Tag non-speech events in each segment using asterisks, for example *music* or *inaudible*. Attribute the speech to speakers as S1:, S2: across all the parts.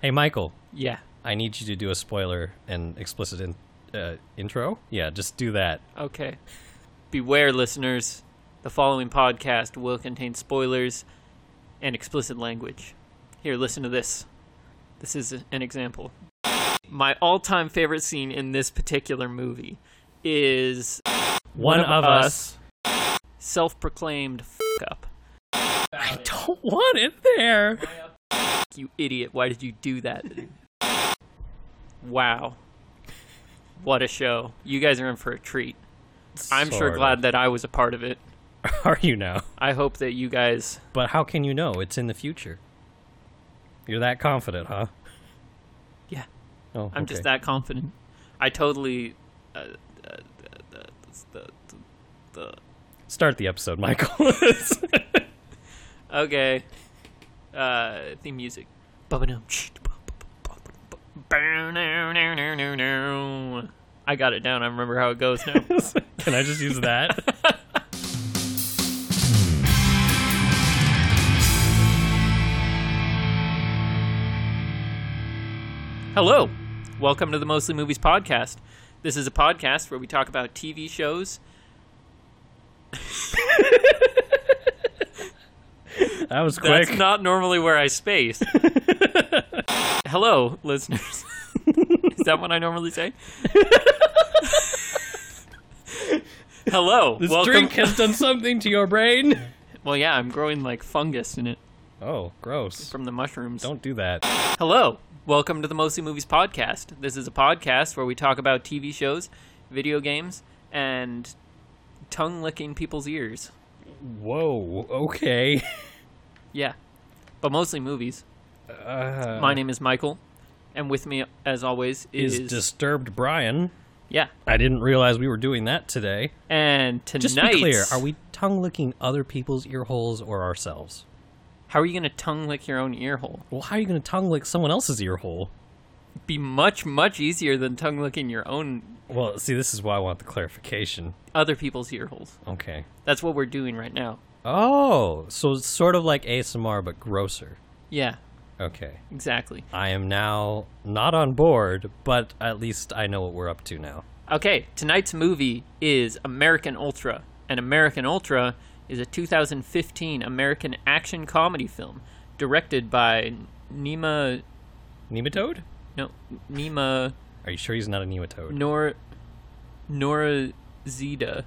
S1: Hey, Michael,
S2: Yeah.
S1: I need you to do a spoiler and explicit in, uh, intro. Yeah, just do that.
S2: Okay. Beware, listeners. The following podcast will contain spoilers and explicit language. Here, listen to this. This is an example. My all time favorite scene in this particular movie is
S1: One,
S2: of
S1: of us.
S2: self proclaimed f up.
S1: I don't want it there. *laughs*
S2: You idiot, why did you do that? wow. What a show. You guys are in for a treat. I'm sure
S1: Sorta.
S2: glad that I was a part of it.
S1: Are you now?
S2: I hope that you guys
S1: But how can you know? It's in the future. You're that confident, huh?
S2: Yeah.
S1: Oh,
S2: I'm just
S1: okay.
S2: that confident. I totally. Uh, uh, uh, the, the,
S1: Start the episode, Michael. *laughs*
S2: the, okay. Uh, theme music. I got it down. I remember how it goes now.
S1: can I just use that?
S2: Hello. Welcome to the Mostly Movies Podcast. This is a podcast where we talk about TV shows.
S1: That was
S2: That's
S1: quick.
S2: not normally where
S1: *laughs*
S2: I spaced. Hello, listeners. *laughs* is that what I normally say? Hello.
S1: this
S2: welcome.
S1: drink has
S2: *laughs*
S1: done something to your brain.
S2: Well, yeah, I'm growing like fungus in it
S1: Oh, gross.
S2: from the mushrooms.
S1: Don't do that.
S2: Hello. Welcome to the Mostly Movies Podcast. This is a podcast where we talk about TV shows, video games, and tongue licking people's ears.
S1: Whoa. Okay.
S2: Yeah. But mostly movies.
S1: Uh,
S2: My name is Michael, and with me, as always, is,
S1: is disturbed Brian.
S2: yeah.
S1: I didn't realize we were doing that today.
S2: And tonight,
S1: Just to be clear, are we tongue licking other people's ear holes or ourselves?
S2: How are you going to tongue lick your own ear hole?
S1: Well, how are you going to tongue lick someone else's ear hole?
S2: Be much much easier than tongue licking your own
S1: Well, see, this is why I want the clarification.
S2: other people's ear holes.
S1: Okay.
S2: That's what we're doing right now.
S1: Oh, so it's sort of like ASMR, but grosser.
S2: Yeah,
S1: Okay.
S2: exactly.
S1: I am now not on board, but at least I know what we're up to now.
S2: Okay, tonight's movie is American Ultra. And American Ultra is a 2015 American action comedy film directed by Nima
S1: Nematode?
S2: no Nima
S1: Are you sure he's not a nematode?
S2: Nor Nora Zeta.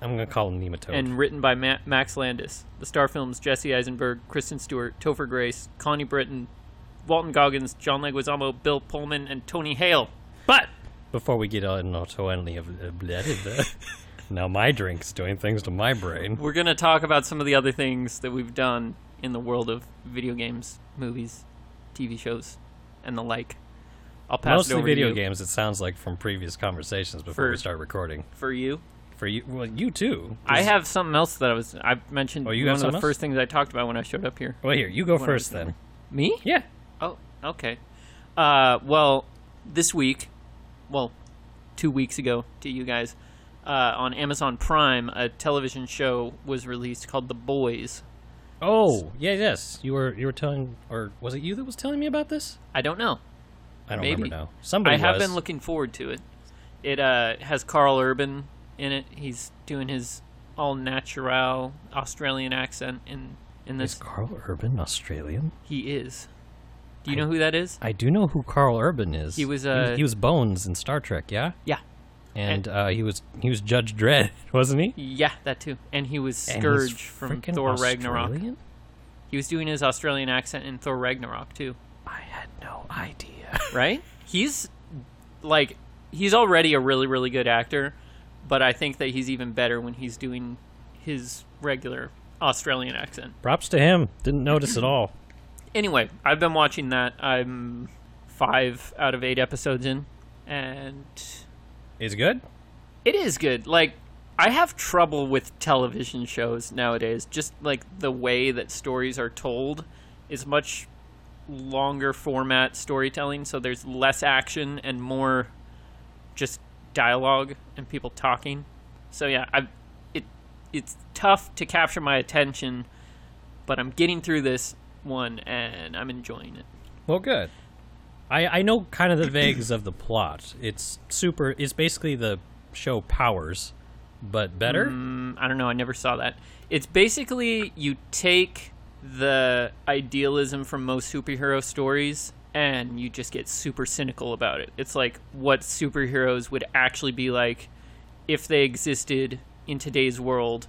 S1: I'm going to call him nematode.
S2: and written by Ma- Max Landis. The star films Jesse Eisenberg, Kristen Stewart, Topher Grace, Connie Britton, Walton Goggins, John Leguizamo, Bill Pullman, and Tony Hale. But
S1: Before we get on to any of uh, blah, blah, blah. now my drink's doing things to my brain.
S2: we're going to talk about some of the other things that we've done in the world of video games, movies, TV shows, and the like. I'll pass it
S1: Mostly
S2: over
S1: video
S2: to you.
S1: games. It sounds like from previous conversations before
S2: For-
S1: we start recording.
S2: for you.
S1: For you, well, you too.
S2: I have something else that I was I mentioned
S1: Oh, you have
S2: one of the
S1: something else?
S2: first things I talked about when I showed up here.
S1: Well, here you go
S2: What
S1: first
S2: else?
S1: then.
S2: Me?
S1: Yeah.
S2: Oh, okay. Uh, well, this week, well, two weeks ago to you guys, uh, on Amazon Prime, a television show was released called The Boys.
S1: Oh, yeah, yes. You were you were telling, or was it you that was telling me about this?
S2: I don't know.
S1: I don't
S2: Maybe.
S1: remember now. Somebody
S2: I have
S1: was.
S2: been looking forward to it. It uh, has Carl Urban in it. He's doing his all natural Australian accent in in
S1: Is
S2: this.
S1: Carl Urban Australian?
S2: He is. Do you know who that is?
S1: I do know who Carl Urban is.
S2: He was,
S1: he,
S2: uh,
S1: was Bones in Star Trek, yeah,
S2: Yeah.
S1: and uh, he was he was Judge Dredd, *laughs* wasn't he?
S2: Yeah, that too. And he was
S1: And he's
S2: Scourge from
S1: frickin'
S2: Thor Ragnarok.
S1: Australian?
S2: He was doing his Australian accent in Thor Ragnarok too,
S1: I had no idea. *laughs*
S2: right? he's like he's already a really really good actor, but I think that he's even better when he's doing his regular Australian accent.
S1: Props to him. Didn't notice at all.
S2: Anyway, I've been watching that. I'm 5 out of 8 episodes in and
S1: Is it good?
S2: it is good. Like I have trouble with television shows nowadays. Just like the way that stories are told is much longer format storytelling, so there's less action and more just dialogue and people talking. So yeah, I it it's tough to capture my attention, but I'm getting through this one and I'm enjoying it.
S1: Well, good. I, I know kind of the vagues of the plot. It's super. It's basically the show Powers, but better.
S2: Mm, I don't know. I never saw that. It's basically you take the idealism from most superhero stories and you just get super cynical about it. It's like what superheroes would actually be like if they existed in today's world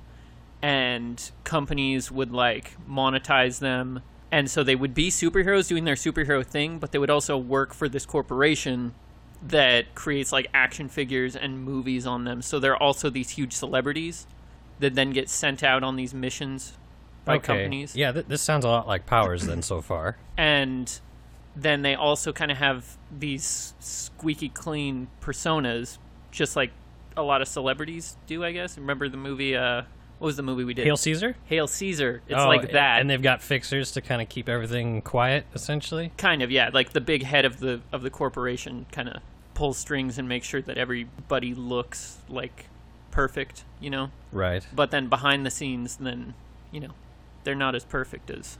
S2: and companies would like monetize them and so they would be superheroes doing their superhero thing but they would also work for this corporation that creates like action figures and movies on them so they're also these huge celebrities that then get sent out on these missions by companies
S1: Yeah, th- this sounds a lot like Powers then so
S2: *laughs*
S1: far.
S2: and then they also kind of have these squeaky clean personas just like a lot of celebrities do i guess remember the movie uh what was the movie we did
S1: Hail Caesar.
S2: Hail Caesar. It's
S1: Oh,
S2: like that.
S1: and they've got fixers to kind of keep everything quiet, essentially.
S2: kind of yeah like the big head of the of the corporation kind of pulls strings and makes sure that everybody looks like perfect you know
S1: Right.
S2: but then behind the scenes then you know they're not as perfect as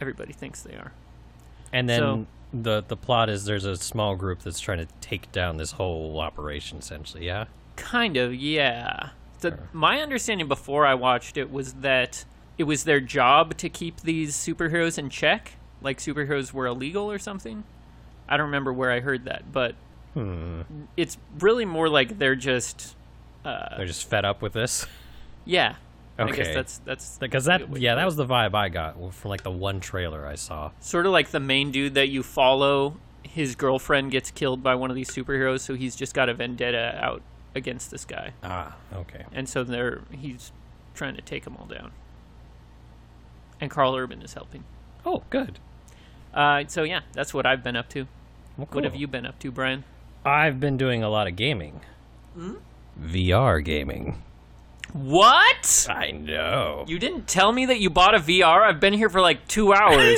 S2: everybody thinks they are
S1: And then
S2: So-
S1: the the plot is there's a small group that's trying to take down this whole operation, essentially. Yeah.
S2: kind of yeah the,
S1: Sure.
S2: my understanding before i watched it was that it was their job to keep these superheroes in check like superheroes were illegal or something i don't remember where i heard that but
S1: Hmm.
S2: it's really more like they're just Uh,
S1: They're just fed up with
S2: *laughs*
S1: this. *laughs*
S2: Yeah. I
S1: Okay.
S2: guess that's that's
S1: Because
S2: a
S1: that,
S2: good way
S1: yeah,
S2: to put
S1: that
S2: it.
S1: was the vibe I got from like the one trailer I saw.
S2: sort of like the main dude that you follow. His girlfriend gets killed by one of these superheroes, so he's just got a vendetta out against this guy,
S1: Ah, okay.
S2: and so they're he's trying to take them all down. And Carl Urban is helping.
S1: Oh, good.
S2: Uh, so yeah, that's what I've been up to.
S1: Well,
S2: What have
S1: cool.
S2: you been up to, Brian?
S1: I've been doing a lot of gaming. VR gaming.
S2: What?
S1: I know.
S2: You didn't tell me that you bought a VR. I've been here for like two
S1: *laughs*
S2: hours.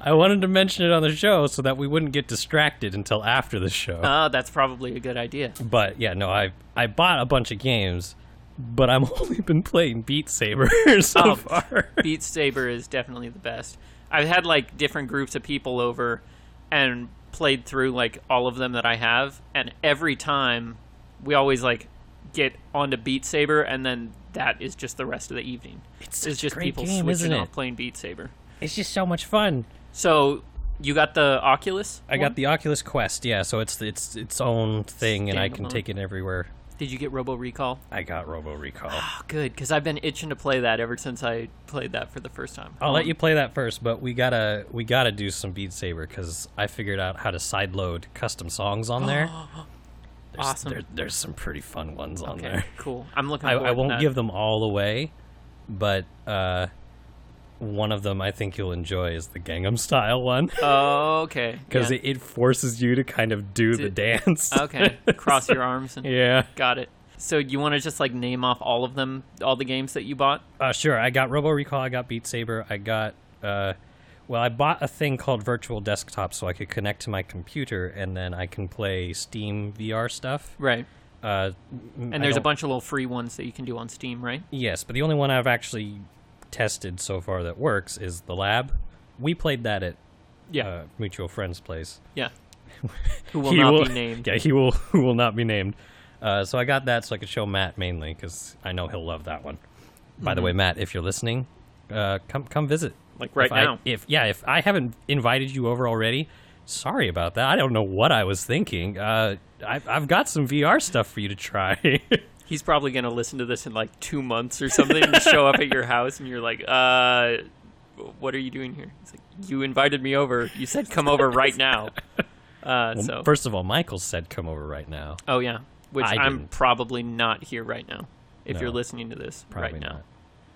S1: I wanted to mention it on the show so that we wouldn't get distracted until after the show.
S2: oh, that's probably a good idea.
S1: but yeah, no, I I bought a bunch of games, but I've *laughs* only been playing Beat Saber *laughs* so
S2: Oh.
S1: far.
S2: Beat Saber is definitely the best. I've had like different groups of people over and played through like all of them that I have, and every time we always like get onto Beat Saber, and then that is just the rest of the evening.
S1: It's
S2: It's just people switching off playing Beat Saber.
S1: It's just so much fun.
S2: So you got the Oculus?
S1: I got the Oculus Quest, yeah, so it's it's its own thing, and I can
S2: Standalone.
S1: take it everywhere.
S2: Did you get Robo Recall?
S1: I got Robo Recall.
S2: Oh, good, because I've been itching to play that ever since I played that for the first time.
S1: I'll
S2: Um,
S1: let you play that first, but we gotta we gotta do some Beat Saber because I figured out how to sideload custom songs on there. There's,
S2: *gasps* Awesome.
S1: there- there's some pretty fun ones on
S2: Okay,
S1: there.
S2: cool. I'm looking.
S1: I,
S2: forward
S1: I
S2: to
S1: won't
S2: that.
S1: give them all away, but uh, one of them I think you'll enjoy is the Gangnam Style
S2: *laughs*
S1: one
S2: Oh,
S1: *laughs*
S2: Okay.
S1: because
S2: yeah.
S1: it, it forces you to kind of do the
S2: Did-
S1: dance.
S2: *laughs* okay. Cross your arms and
S1: *laughs* yeah.
S2: Got it. So you want to just like name off all of them, all the games that you bought?
S1: Uh, sure. I got Robo Recall. I got Beat Saber. I got. Uh, well, I bought a thing called Virtual Desktop so I could connect to my computer and then I can play Steam VR stuff.
S2: Right.
S1: Uh,
S2: And there's a bunch of little free ones that you can do on Steam, right?
S1: Yes, but the only one I've actually tested so far that works is the Lab. We played that at
S2: Yeah.
S1: uh, mutual friend's place.
S2: yeah. *laughs* Who will not be
S1: *laughs*
S2: named?
S1: Yeah, he will. Who will not be named? Uh, so I got that so I could show Matt mainly because I know he'll love that one. By the way, Matt, if you're listening, uh, come come visit.
S2: Mm-hmm. Like right
S1: If I-
S2: now.
S1: if yeah, if I haven't invited you over already, sorry about that. I don't know what I was thinking. Uh, I've I've got some VR stuff for you to try. *laughs*
S2: He's probably going to listen to this in like two months or something and show up at your house and you're like, uh, what are you doing here? It's like, you invited me over. You said come over
S1: *laughs*
S2: right now. Uh, so.
S1: First of all, Michael said come over right now.
S2: oh, yeah. Which
S1: I
S2: I'm
S1: didn't.
S2: probably not here right now if
S1: No.
S2: you're listening to this
S1: Probably
S2: right now.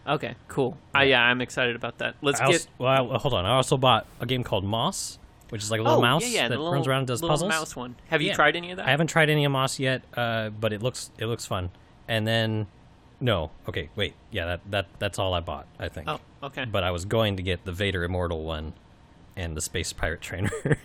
S1: not.
S2: Okay, cool. Yeah. yeah, I'm excited about that. Let's
S1: I
S2: get.
S1: also, well, I- hold on. I also bought a game called Moss, which is like a little mouse that
S2: Oh, the
S1: runs around and does
S2: little
S1: puzzles.
S2: Mouse one. Have you
S1: Yeah.
S2: tried any of that?
S1: I haven't tried any of Moss yet, uh, but it looks it looks fun. And then, no, okay, wait, yeah, that that that's all I bought, I think.
S2: Oh, okay.
S1: But I was going to get the Vader Immortal one, and the Space Pirate Trainer. *laughs*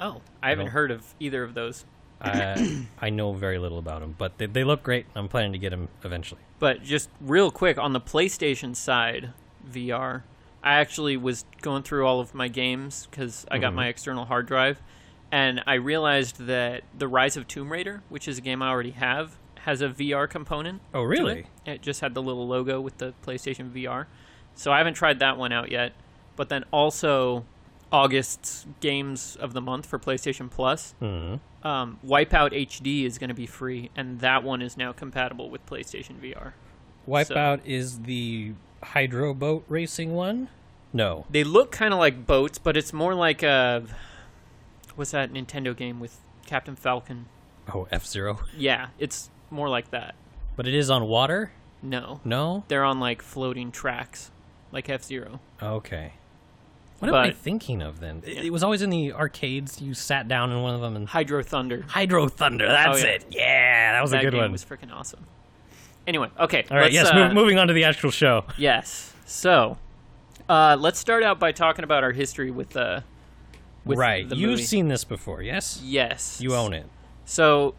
S2: oh, I haven't
S1: don't-
S2: heard of either of those.
S1: I, I know very little about them, but they, they look great. and I'm planning to get them eventually.
S2: But just real quick on the PlayStation side, VR. I actually was going through all of my games because I got
S1: Mm-hmm.
S2: my external hard drive, and I realized that the Rise of Tomb Raider, which is a game I already have, has a VR component.
S1: Oh,
S2: to
S1: really?
S2: It. it just had the little logo with the PlayStation VR, so I haven't tried that one out yet. But then also, August's games of the month for PlayStation Plus,
S1: Mhm.
S2: um, Wipeout HD is going to be free, and that one is now compatible with PlayStation VR.
S1: Wipeout is the hydro boat racing one. No,
S2: They look kind of like boats, but it's more like a what's that Nintendo game with Captain Falcon?
S1: oh F Zero,
S2: Yeah, it's more like that.
S1: but it is on water.
S2: No,
S1: No,
S2: they're on like floating tracks, like F Zero.
S1: okay. What am I
S2: But-
S1: thinking of then? It, it was always in the arcades. You sat down in one of them and
S2: Hydro Thunder.
S1: Hydro Thunder. That's
S2: Oh, yeah.
S1: it. Yeah, that was
S2: that
S1: a good
S2: game
S1: one.
S2: was freaking awesome. Anyway, okay.
S1: All right,
S2: let's,
S1: yes.
S2: uh,
S1: move, moving on to the actual show.
S2: Yes. So, uh, let's start out by talking about our history with uh, with
S1: right,
S2: The
S1: you've
S2: movie.
S1: seen this before, yes?
S2: Yes.
S1: You own it.
S2: So,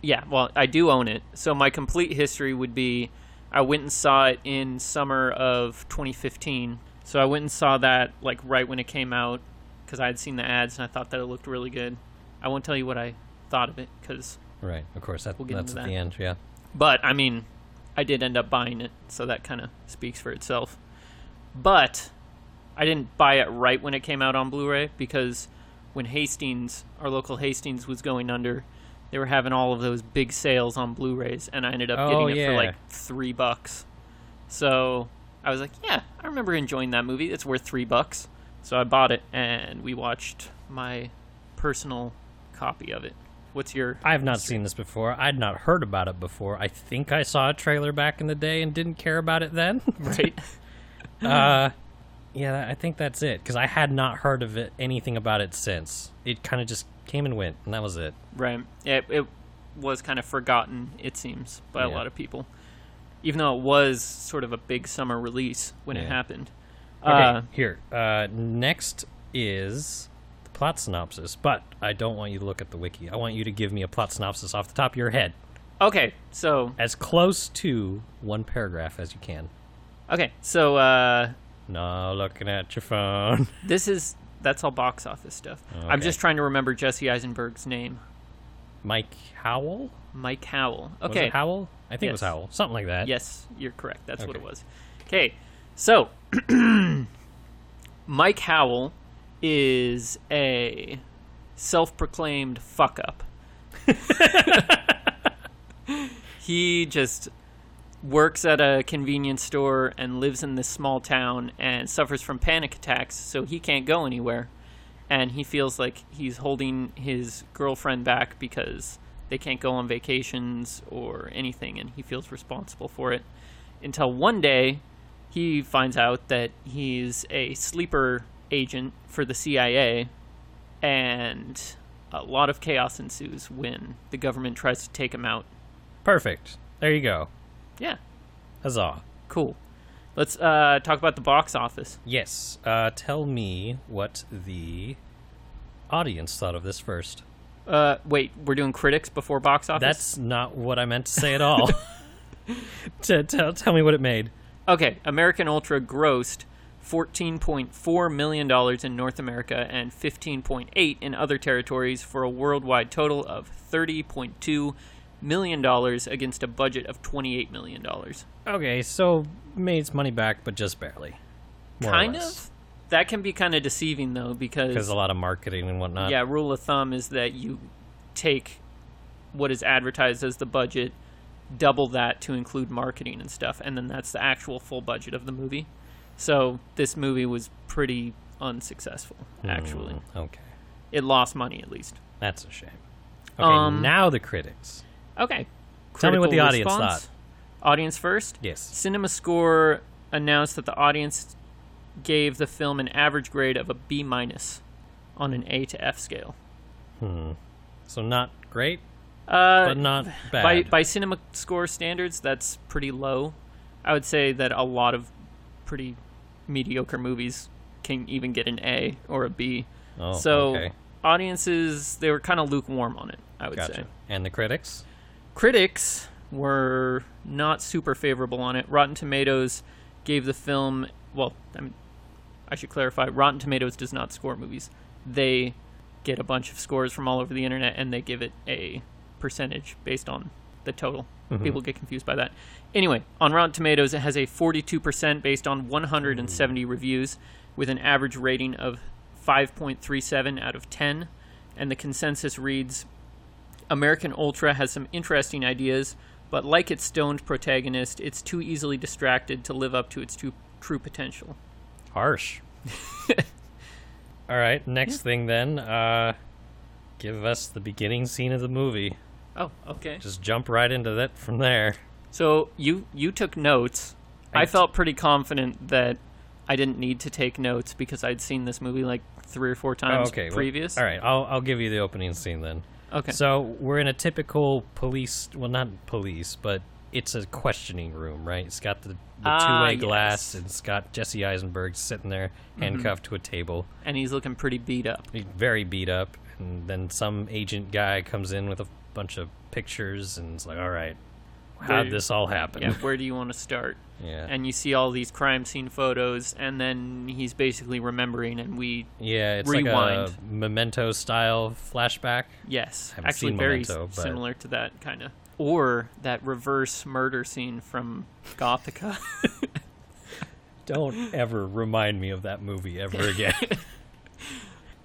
S2: yeah, well, I do own it. So my complete history would be I went and saw it in summer of 2015. So I went and saw that like right when it came out cuz I had seen the ads and I thought that it looked really good. I won't tell you what I thought of it cuz
S1: Right, of course. That,
S2: We'll get
S1: that's
S2: into
S1: at
S2: that.
S1: the end. Yeah.
S2: but I mean, I did end up buying it, so that kind of speaks for itself. But I didn't buy it right when it came out on Blu-ray because when Hastings, our local Hastings, was going under, they were having all of those big sales on Blu-rays, and I ended up
S1: Oh,
S2: getting it
S1: yeah.
S2: for like three bucks. So I was like, yeah, I remember enjoying that movie. It's worth three bucks. So I bought it, and we watched my personal copy of it. What's your?
S1: *laughs* I have not seen this before. I'd not heard about it before. I think I saw a trailer back in the day and didn't care about it then. *laughs*
S2: right.
S1: uh, yeah, I think that's it because I had not heard of it anything about it since. It kind of just came and went, and that was it.
S2: Right. It, it was kind of forgotten, it seems, by a
S1: Yeah.
S2: lot of people, even though it was sort of a big summer release when it
S1: Yeah.
S2: happened.
S1: Okay,
S2: Uh,
S1: here. Uh, next is the plot synopsis, but I don't want you to look at the wiki. I want you to give me a plot synopsis off the top of your head,
S2: okay. So
S1: as close to one paragraph as you can.
S2: okay. So uh,
S1: No looking at your phone. *laughs*
S2: this is that's all box office stuff. I'm
S1: Oh, Okay.
S2: just trying to remember Jesse Eisenberg's name,
S1: Mike Howell?
S2: Mike Howell.
S1: Was
S2: Okay.
S1: it Howell? I think it was
S2: Yes.
S1: Howell. Something like that.
S2: Yes, you're correct. That's what it
S1: Okay.
S2: was. Okay, so *clears throat* Mike Howell is a self-proclaimed fuck up. *laughs* he just works at a convenience store and lives in this small town and suffers from panic attacks, so he can't go anywhere. And he feels like he's holding his girlfriend back because they can't go on vacations or anything, and he feels responsible for it. Until one day, he finds out that he's a sleeper agent for the CIA, and a lot of chaos ensues when the government tries to take him out.
S1: Perfect. There you go.
S2: Yeah,
S1: Huzzah.
S2: Cool. Let's uh, talk about the box office.
S1: Yes. Uh, tell me what the audience thought of this first.
S2: Uh, wait, we're doing critics before box office.
S1: That's not what I meant to say at
S2: *laughs*
S1: all. *laughs* T- tell, tell me what it made.
S2: okay. American Ultra grossed fourteen point four million dollars in North America and fifteen point eight in other territories for a worldwide total of thirty point two million dollars against a budget of twenty eight million dollars.
S1: Okay, so made its money back, but just barely. More or
S2: Kind
S1: less.
S2: of. That can be kind of deceiving though because
S1: Because a lot of marketing and whatnot.
S2: yeah, rule of thumb is that you take what is advertised as the budget, double that to include marketing and stuff, and then that's the actual full budget of the movie. So this movie was pretty unsuccessful, actually.
S1: Mm, okay.
S2: It lost money at least.
S1: That's a shame. Okay,
S2: Um,
S1: now the critics.
S2: Okay.
S1: Tell me what
S2: Critical
S1: the audience
S2: response?
S1: thought.
S2: Audience first?
S1: Yes.
S2: CinemaScore announced that the audience gave the film an average grade of a B minus on an A to F scale.
S1: So not great,
S2: Uh,
S1: but not bad.
S2: By by cinema score standards, that's pretty low. I would say that a lot of pretty mediocre movies can even get an A or a B.
S1: Oh,
S2: so
S1: okay.
S2: audiences they were kind of lukewarm on it. I would
S1: Gotcha.
S2: say
S1: And the critics?
S2: critics were not super favorable on it. Rotten Tomatoes gave the film well, I mean, I should clarify Rotten Tomatoes does not score movies. They get a bunch of scores from all over the internet and they give it a percentage based on the total. People get confused by that. Anyway, on Rotten Tomatoes, it has a 42% based on 170 reviews with an average rating of 5.37 out of 10. And the consensus reads American Ultra has some interesting ideas, but like its stoned protagonist, it's too easily distracted to live up to its true, true potential. *laughs*
S1: Harsh. All right, next thing then, uh, give us the beginning scene of the movie.
S2: Oh, okay.
S1: Just jump right into that from there.
S2: So you you took notes. I,
S1: I t-
S2: felt pretty confident that I didn't need to take notes because I'd seen this movie like three or four
S1: Oh,
S2: times
S1: okay. well,
S2: previous.
S1: all right, I'll I'll give you the opening scene then.
S2: Okay.
S1: So we're in a typical police, well, not police, but it's a questioning room, right? It's got the, the
S2: Ah,
S1: two-way glass,
S2: yes.
S1: and it's got Jesse Eisenberg sitting there handcuffed to a table.
S2: and he's looking pretty beat up.
S1: He's very beat up, and then some agent guy comes in with a bunch of pictures, and it's like, all right, how'd
S2: Wait.
S1: this all happen?
S2: Yeah, where do you want to start?
S1: *laughs* yeah.
S2: And you see all these crime scene photos, and then he's basically remembering, and we
S1: Yeah, it's like a
S2: Rewind.
S1: memento style flashback.
S2: yes,
S1: Haven't
S2: actually
S1: seen
S2: very
S1: Memento,
S2: s-
S1: but-
S2: similar to that kind of, or that reverse murder scene from Gothica. *laughs*
S1: Don't ever remind me of that movie *laughs* ever again.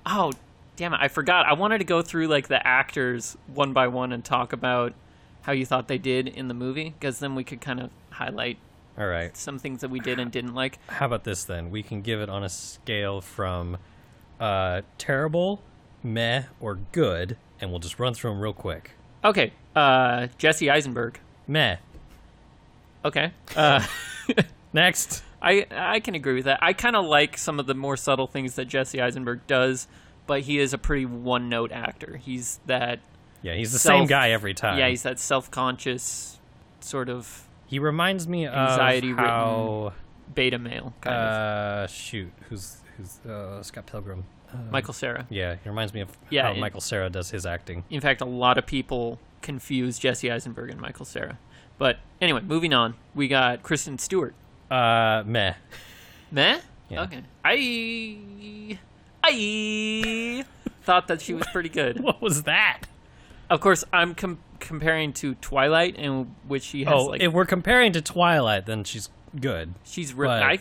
S2: Oh, damn it. I forgot. I wanted to go through like the actors one by one and talk about how you thought they did in the movie because then we could kind of highlight
S1: all right.
S2: some things that we did and didn't like.
S1: How about this then? We can give it on a scale from uh, terrible, meh, or good, and we'll just run through them real quick.
S2: Okay. Uh Jesse Eisenberg.
S1: Meh.
S2: Okay. Uh
S1: Next.
S2: I I can agree with that. I kind of like some of the more subtle things that Jesse Eisenberg does, but he is a pretty one-note actor. He's that
S1: Yeah, he's the
S2: Self-
S1: same guy every time.
S2: yeah, he's that self-conscious sort of
S1: he reminds me of
S2: Anxiety written.
S1: how.
S2: beta male kind
S1: Uh, shoot, who's who's uh, Scott Pilgrim? Uh,
S2: of Michael Sarah.
S1: yeah, he reminds me of
S2: Yeah,
S1: how
S2: it-
S1: Michael Sarah does his acting.
S2: In fact, a lot of people confuse Jesse Eisenberg and Michael Sarah. But anyway, moving on. We got Kristen Stewart.
S1: Uh, meh.
S2: *laughs* Meh?
S1: Yeah.
S2: Okay. I I thought that she was
S1: *laughs*
S2: pretty good.
S1: What was that?
S2: Of course, I'm com- comparing to Twilight, in which she has
S1: Oh,
S2: like
S1: if we're comparing to Twilight, then she's good.
S2: she's re-
S1: but-
S2: I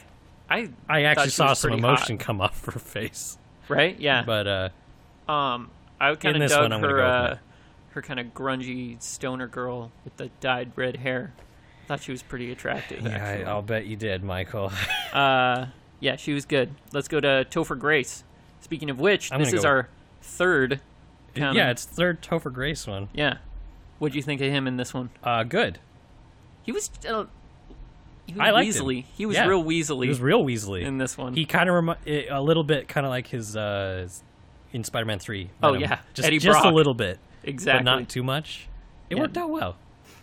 S2: I
S1: I actually
S2: she
S1: saw
S2: was
S1: some
S2: pretty
S1: emotion come off her face,
S2: right yeah.
S1: but uh,
S2: um, I kind of
S1: this
S2: dug
S1: one, I'm gonna
S2: her
S1: go
S2: uh,
S1: with
S2: her kind of grungy stoner girl with the dyed red hair. Thought she was pretty attractive.
S1: yeah, I,
S2: actually.
S1: I'll bet you did, Michael. *laughs*
S2: Uh, yeah, she was good. Let's go to Topher Grace. Speaking of which,
S1: I'm
S2: this
S1: gonna
S2: is
S1: go-
S2: our third. Count 'em.
S1: yeah, it's third Topher Grace one.
S2: yeah. What do you think of him in this one?
S1: Uh, good.
S2: He was. Uh, he was
S1: I liked him.
S2: weaselly. He was
S1: Yeah.
S2: real weaselly
S1: He was real Weasley
S2: *laughs* in this one.
S1: He kind of remi- a little bit, kind of like his uh, in Spider-Man Three.
S2: Oh,
S1: Venom.
S2: yeah.
S1: just
S2: Eddie
S1: just a
S2: Brock.
S1: little bit,
S2: exactly.
S1: but not too much. It
S2: Yeah.
S1: worked out well.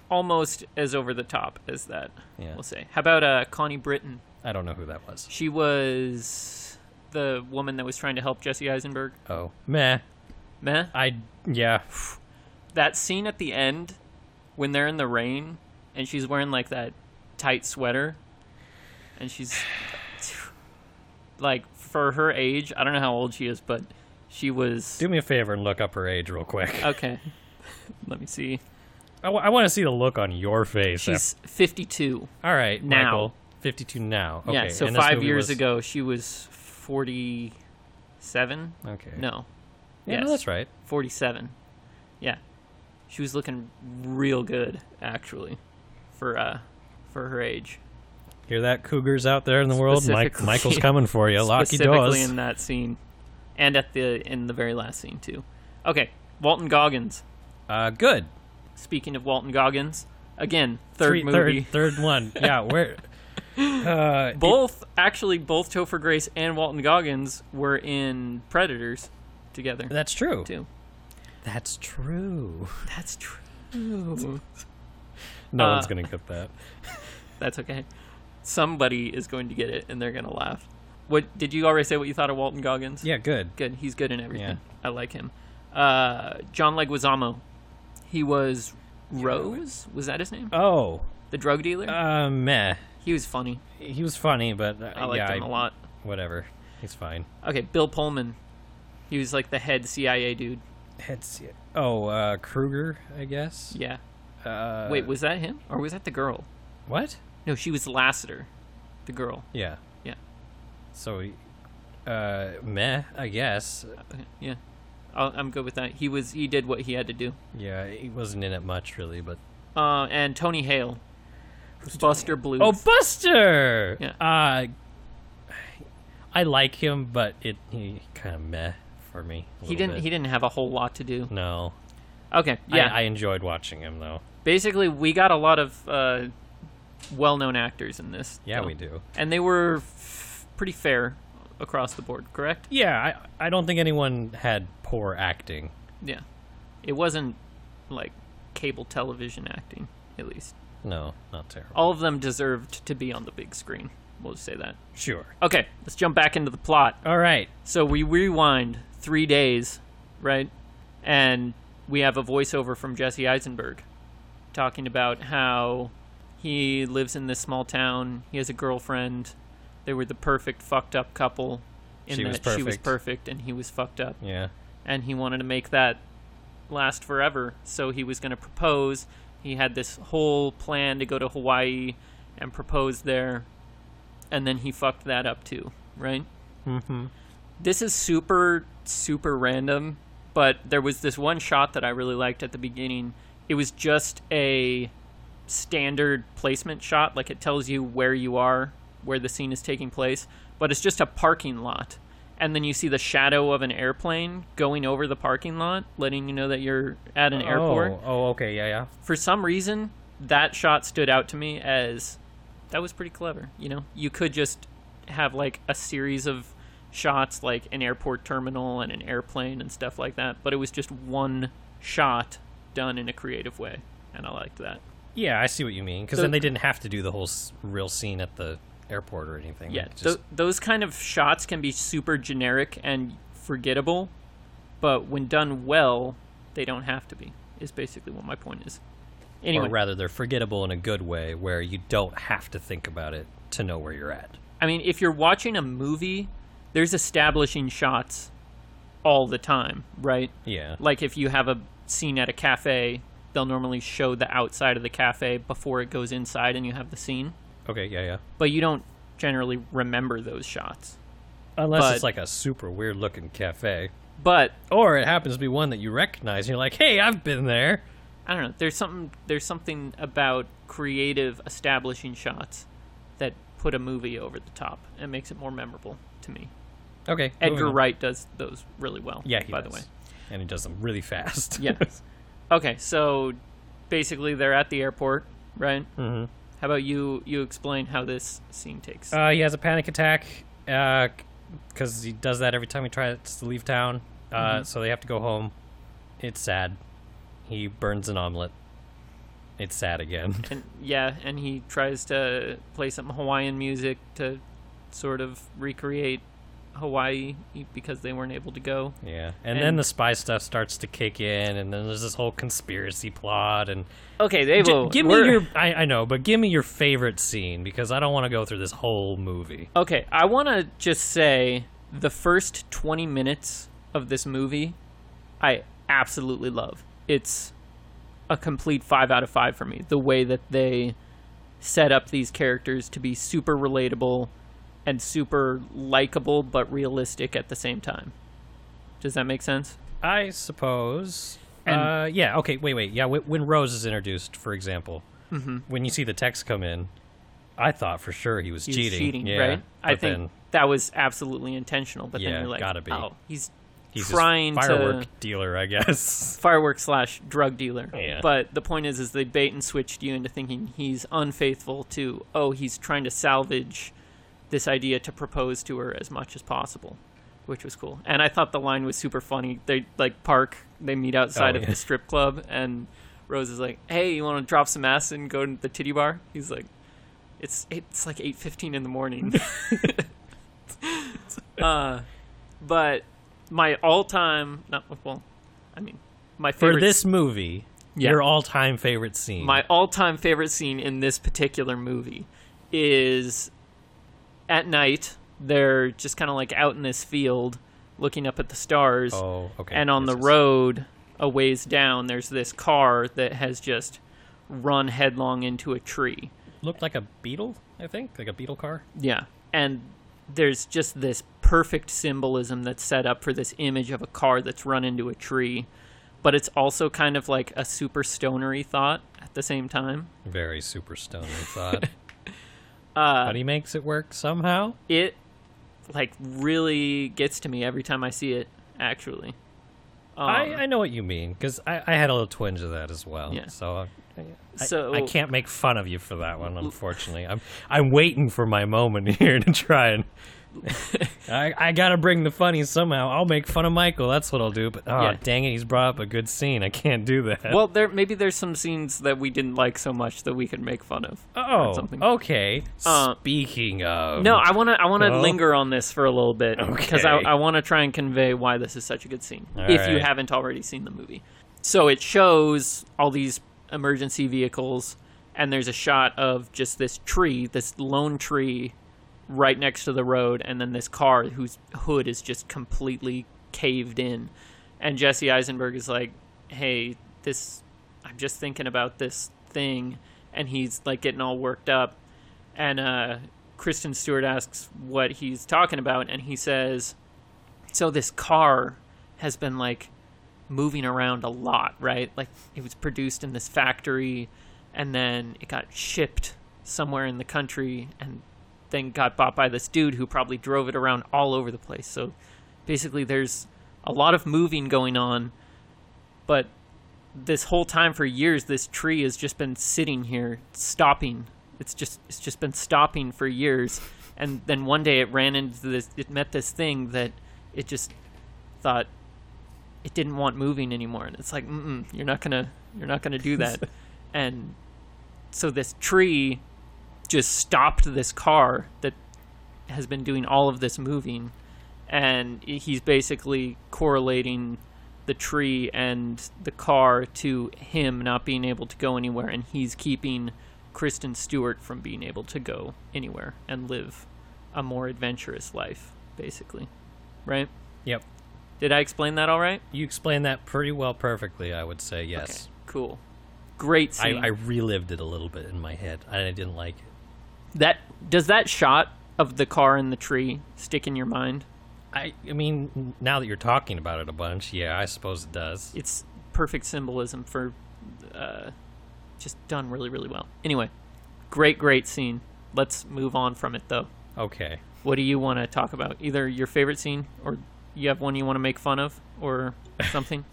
S2: Almost as over the top as that.
S1: Yeah.
S2: We'll say. How about uh, Connie Britton?
S1: I don't know who that was.
S2: She was the woman that was trying to help Jesse Eisenberg.
S1: Oh, meh.
S2: Meh.
S1: I yeah. *sighs*
S2: that scene at the end when they're in the rain and she's wearing like that tight sweater and she's like for her age i don't know how old she is but she was
S1: Do me a favor and look up her age real quick.
S2: *laughs* okay let me see
S1: I, want to see the look on your face. after-
S2: she's 52
S1: All right,
S2: Now.
S1: Michael, fifty-two now. Okay,
S2: yeah so
S1: and this
S2: five
S1: movie
S2: years
S1: was-
S2: ago she was 47
S1: Okay.
S2: no
S1: Yeah, no,
S2: yes.
S1: that's right.
S2: 47 yeah she was looking real good actually for uh for her age
S1: Hear that, cougars out there in the world? Mike,
S2: Specifically-
S1: Michael's coming for
S2: *laughs*
S1: you. Lock your doors.
S2: specifically in that scene, and at the in the very last scene too. Okay, Walton Goggins.
S1: Uh, good.
S2: Speaking of Walton Goggins, again third
S1: Three-
S2: movie.
S1: third
S2: *laughs*
S1: one. Yeah, where? Uh,
S2: Both actually both Topher Grace and Walton Goggins were in Predators together
S1: that's true.
S2: too.
S1: That's true.
S2: That's true.
S1: No
S2: Uh,
S1: one's gonna get that.
S2: That's okay. Somebody is going to get it, and they're going to laugh. What did you already say? What you thought of Walton Goggins?
S1: Yeah, good.
S2: good. He's good in everything.
S1: Yeah.
S2: I like him. Uh, John Leguizamo. He was Rose. Was that his name?
S1: Oh,
S2: the drug dealer.
S1: uh, meh.
S2: he was funny.
S1: He was funny, but uh,
S2: I liked
S1: yeah,
S2: him a lot.
S1: Whatever. he's fine.
S2: Okay, Bill Pullman. He was like the head CIA dude.
S1: Head's oh uh, Kruger, I guess.
S2: Yeah.
S1: Uh,
S2: Wait, was that him or was that the girl?
S1: what?
S2: No, she was Lassiter, the girl.
S1: Yeah,
S2: Yeah.
S1: So, uh, meh, I guess.
S2: Okay, yeah. I'll, I'm good with that. He was he did what he had to do.
S1: Yeah, he wasn't in it much really, but
S2: Uh, and Tony Hale, Buster Blue.
S1: oh, Buster!
S2: Yeah.
S1: Uh, I like him, but it he kind of meh for me. a
S2: he
S1: little
S2: didn't
S1: bit.
S2: he didn't have a whole lot to do.
S1: No.
S2: Okay, yeah.
S1: I, I enjoyed watching him though.
S2: Basically, we got a lot of uh, well-known actors in this.
S1: Yeah,
S2: so-
S1: we do.
S2: and they were f- pretty fair across the board. Correct?
S1: Yeah, I I don't think anyone had poor acting.
S2: Yeah. It wasn't like cable television acting, at least.
S1: No, not terrible.
S2: All of them deserved to be on the big screen. We'll just say that.
S1: Sure.
S2: Okay, let's jump back into the plot.
S1: All right.
S2: So we rewind three days, right? And we have a voiceover from Jesse Eisenberg talking about how he lives in this small town. He has a girlfriend. They were the perfect fucked up couple. In
S1: She
S2: that
S1: was
S2: she was
S1: perfect.
S2: perfect and he was fucked up.
S1: Yeah.
S2: And he wanted to make that last forever. So he was going to propose. He had this whole plan to go to Hawaii and propose there. And then he fucked that up too, right?
S1: Mm-hmm.
S2: this is super super random but there was this one shot that i really liked at the beginning it was just a standard placement shot like it tells you where you are where the scene is taking place but it's just a parking lot and then you see the shadow of an airplane going over the parking lot letting you know that you're at an airport
S1: Oh, oh, okay. Yeah, yeah.
S2: for some reason that shot stood out to me as that was pretty clever you know you could just have like a series of shots like an airport terminal and an airplane and stuff like that but it was just one shot done in a creative way and i liked that
S1: Yeah, I see what you mean. Because
S2: So-
S1: then they didn't have to do the whole s- real scene at the airport or anything.
S2: yeah
S1: It
S2: tho-
S1: just-
S2: those kind of shots can be super generic and forgettable but when done well they don't have to be is basically what my point is anyway
S1: Or rather, they're forgettable in a good way, where you don't have to think about it to know where you're at.
S2: I mean, if you're watching a movie, there's establishing shots all the time, right?
S1: Yeah.
S2: Like if you have a scene at a cafe, they'll normally show the outside of the cafe before it goes inside and you have the scene,
S1: Okay. Yeah, yeah.
S2: but you don't generally remember those shots.
S1: Unless
S2: But-
S1: it's like a super weird looking cafe,
S2: But
S1: or it happens to be one that you recognize, and you're like, "Hey, I've been there."
S2: I don't know, there's something there's something about creative establishing shots that put a movie over the top and makes it more memorable to me.
S1: Okay. moving
S2: Edgar
S1: on.
S2: Wright does those really well.
S1: Yeah, he
S2: by
S1: does.
S2: the way.
S1: and he does them really fast.
S2: *laughs* Yeah. okay, so basically they're at the airport, right?
S1: hmm
S2: How about you? You explain how this scene takes.
S1: *laughs* Uh, he has a panic attack because he does that every time he tries to leave town. Uh,
S2: Mm-hmm.
S1: So they have to go home. It's sad. He burns an omelet. It's sad again. *laughs*
S2: and yeah, and he tries to play some Hawaiian music to sort of recreate Hawaii e, because they weren't able to go.
S1: yeah. And, then
S2: And-
S1: the spy stuff starts to kick in, and then there's this whole conspiracy plot. And
S2: Okay, they
S1: J-
S2: will.
S1: give
S2: we're-
S1: me your. *laughs* I, I know, but give me your favorite scene because I don't want to go through this whole movie.
S2: Okay, I want to just say the first 20 minutes of this movie, I absolutely love. It's a complete 5 out of 5 for me. The way that they set up these characters to be super relatable and super likable but realistic at the same time. Does that make sense?
S1: I suppose.
S2: And-
S1: uh, yeah. Okay. Wait. Wait. Yeah. W- when Rose is introduced, for example,
S2: Mm-hmm.
S1: when you see the text come in, I thought for sure he was
S2: He's
S1: cheating.
S2: cheating,
S1: yeah,
S2: right? I
S1: but
S2: think
S1: then
S2: that was absolutely intentional, but
S1: Yeah,
S2: then you're like,
S1: gotta be.
S2: "Oh, he's
S1: he's just
S2: trying
S1: firework
S2: to
S1: dealer, I
S2: *laughs*
S1: guess.
S2: firework slash drug dealer.
S1: Yeah.
S2: But the point is, is they bait and switched you into thinking he's unfaithful to oh he's trying to salvage this idea to propose to her as much as possible, which was cool. And I thought the line was super funny. They like park, they meet
S1: Oh,
S2: outside of
S1: yeah.
S2: the strip club, and Rose is like, hey, you want to drop some acid and go to the titty bar? He's like, it's it's like eight fifteen in
S1: *laughs*
S2: the morning. *laughs* uh, but my all time not well, I mean my favorite
S1: For this movie,
S2: Yeah.
S1: your all-time favorite scene.
S2: my all-time favorite scene in this particular movie is at night they're just kind of like out in this field looking up at the stars
S1: Oh, okay.
S2: and on
S1: Yes,
S2: the
S1: yes.
S2: road a ways down there's this car that has just run headlong into a tree
S1: looked like a beetle, I think, like a beetle car.
S2: yeah and there's just this perfect symbolism that's set up for this image of a car that's run into a tree but it's also kind of like a super stonery thought at the same time
S1: Very super stone, I
S2: *laughs*
S1: thought. uh, but he makes it work somehow.
S2: it like really gets to me every time i see it actually um,
S1: I, I know what you mean because I, I had a little twinge of that as well.
S2: Yeah. Uh,
S1: So, I, I-
S2: So-
S1: I can't make fun of you for that one, unfortunately. I'm I'm waiting for my moment *laughs* here to try
S2: *laughs*
S1: and. I, I gotta bring the funny somehow. I'll make fun of Michael. That's what I'll do. But oh
S2: Yeah.
S1: dang it, he's brought up a good scene. I can't do that.
S2: well there maybe there's some scenes that we didn't like so much that we could make fun of
S1: oh,
S2: something.
S1: okay.
S2: Uh,
S1: Speaking of,
S2: No, I want to. I want to
S1: Well-
S2: linger on this for a little bit because
S1: Okay.
S2: I, I want to try and convey why this is such a good scene.
S1: All
S2: if you
S1: right.
S2: haven't already seen the movie, so it shows all these emergency vehicles, and there's a shot of just this tree, this lone tree, right next to the road, and then this car whose hood is just completely caved in, and Jesse Eisenberg is like, "Hey, this. I'm just thinking about this thing," and he's like getting all worked up and uh, Kristen Stewart asks what he's talking about, and he says, "So this car has been like moving around a lot, right? Like it was produced in this factory, and then it got shipped somewhere in the country, and then got bought by this dude who probably drove it around all over the place. So basically, there's a lot of moving going on, but." This whole time for years, this tree has just been sitting here, stopping. It's just it's just been stopping for years, and then one day it ran into this. It met this thing that it just thought it didn't want moving anymore and it's like Mm-mm, you're not gonna you're not gonna do that and so this tree just stopped this car that has been doing all of this moving and he's basically correlating the tree and the car to him not being able to go anywhere and he's keeping kristen stewart from being able to go anywhere and live a more adventurous life basically right
S1: yep,
S2: did i explain that all right
S1: you explained that pretty well, perfectly. I would say yes.
S2: Okay, cool. Great
S1: I,
S2: scene.
S1: I relived it a little bit in my head, and I didn't like it.
S2: that does that shot of the car in the tree stick in your mind?
S1: I, I mean, now that you're talking about it a bunch, yeah, I suppose it does.
S2: It's perfect symbolism for uh, just done really really well. Anyway, great great scene. Let's move on from it though.
S1: Okay.
S2: What do you want to talk about? Either your favorite scene or you have one you want to make fun of
S1: *laughs*
S2: or something?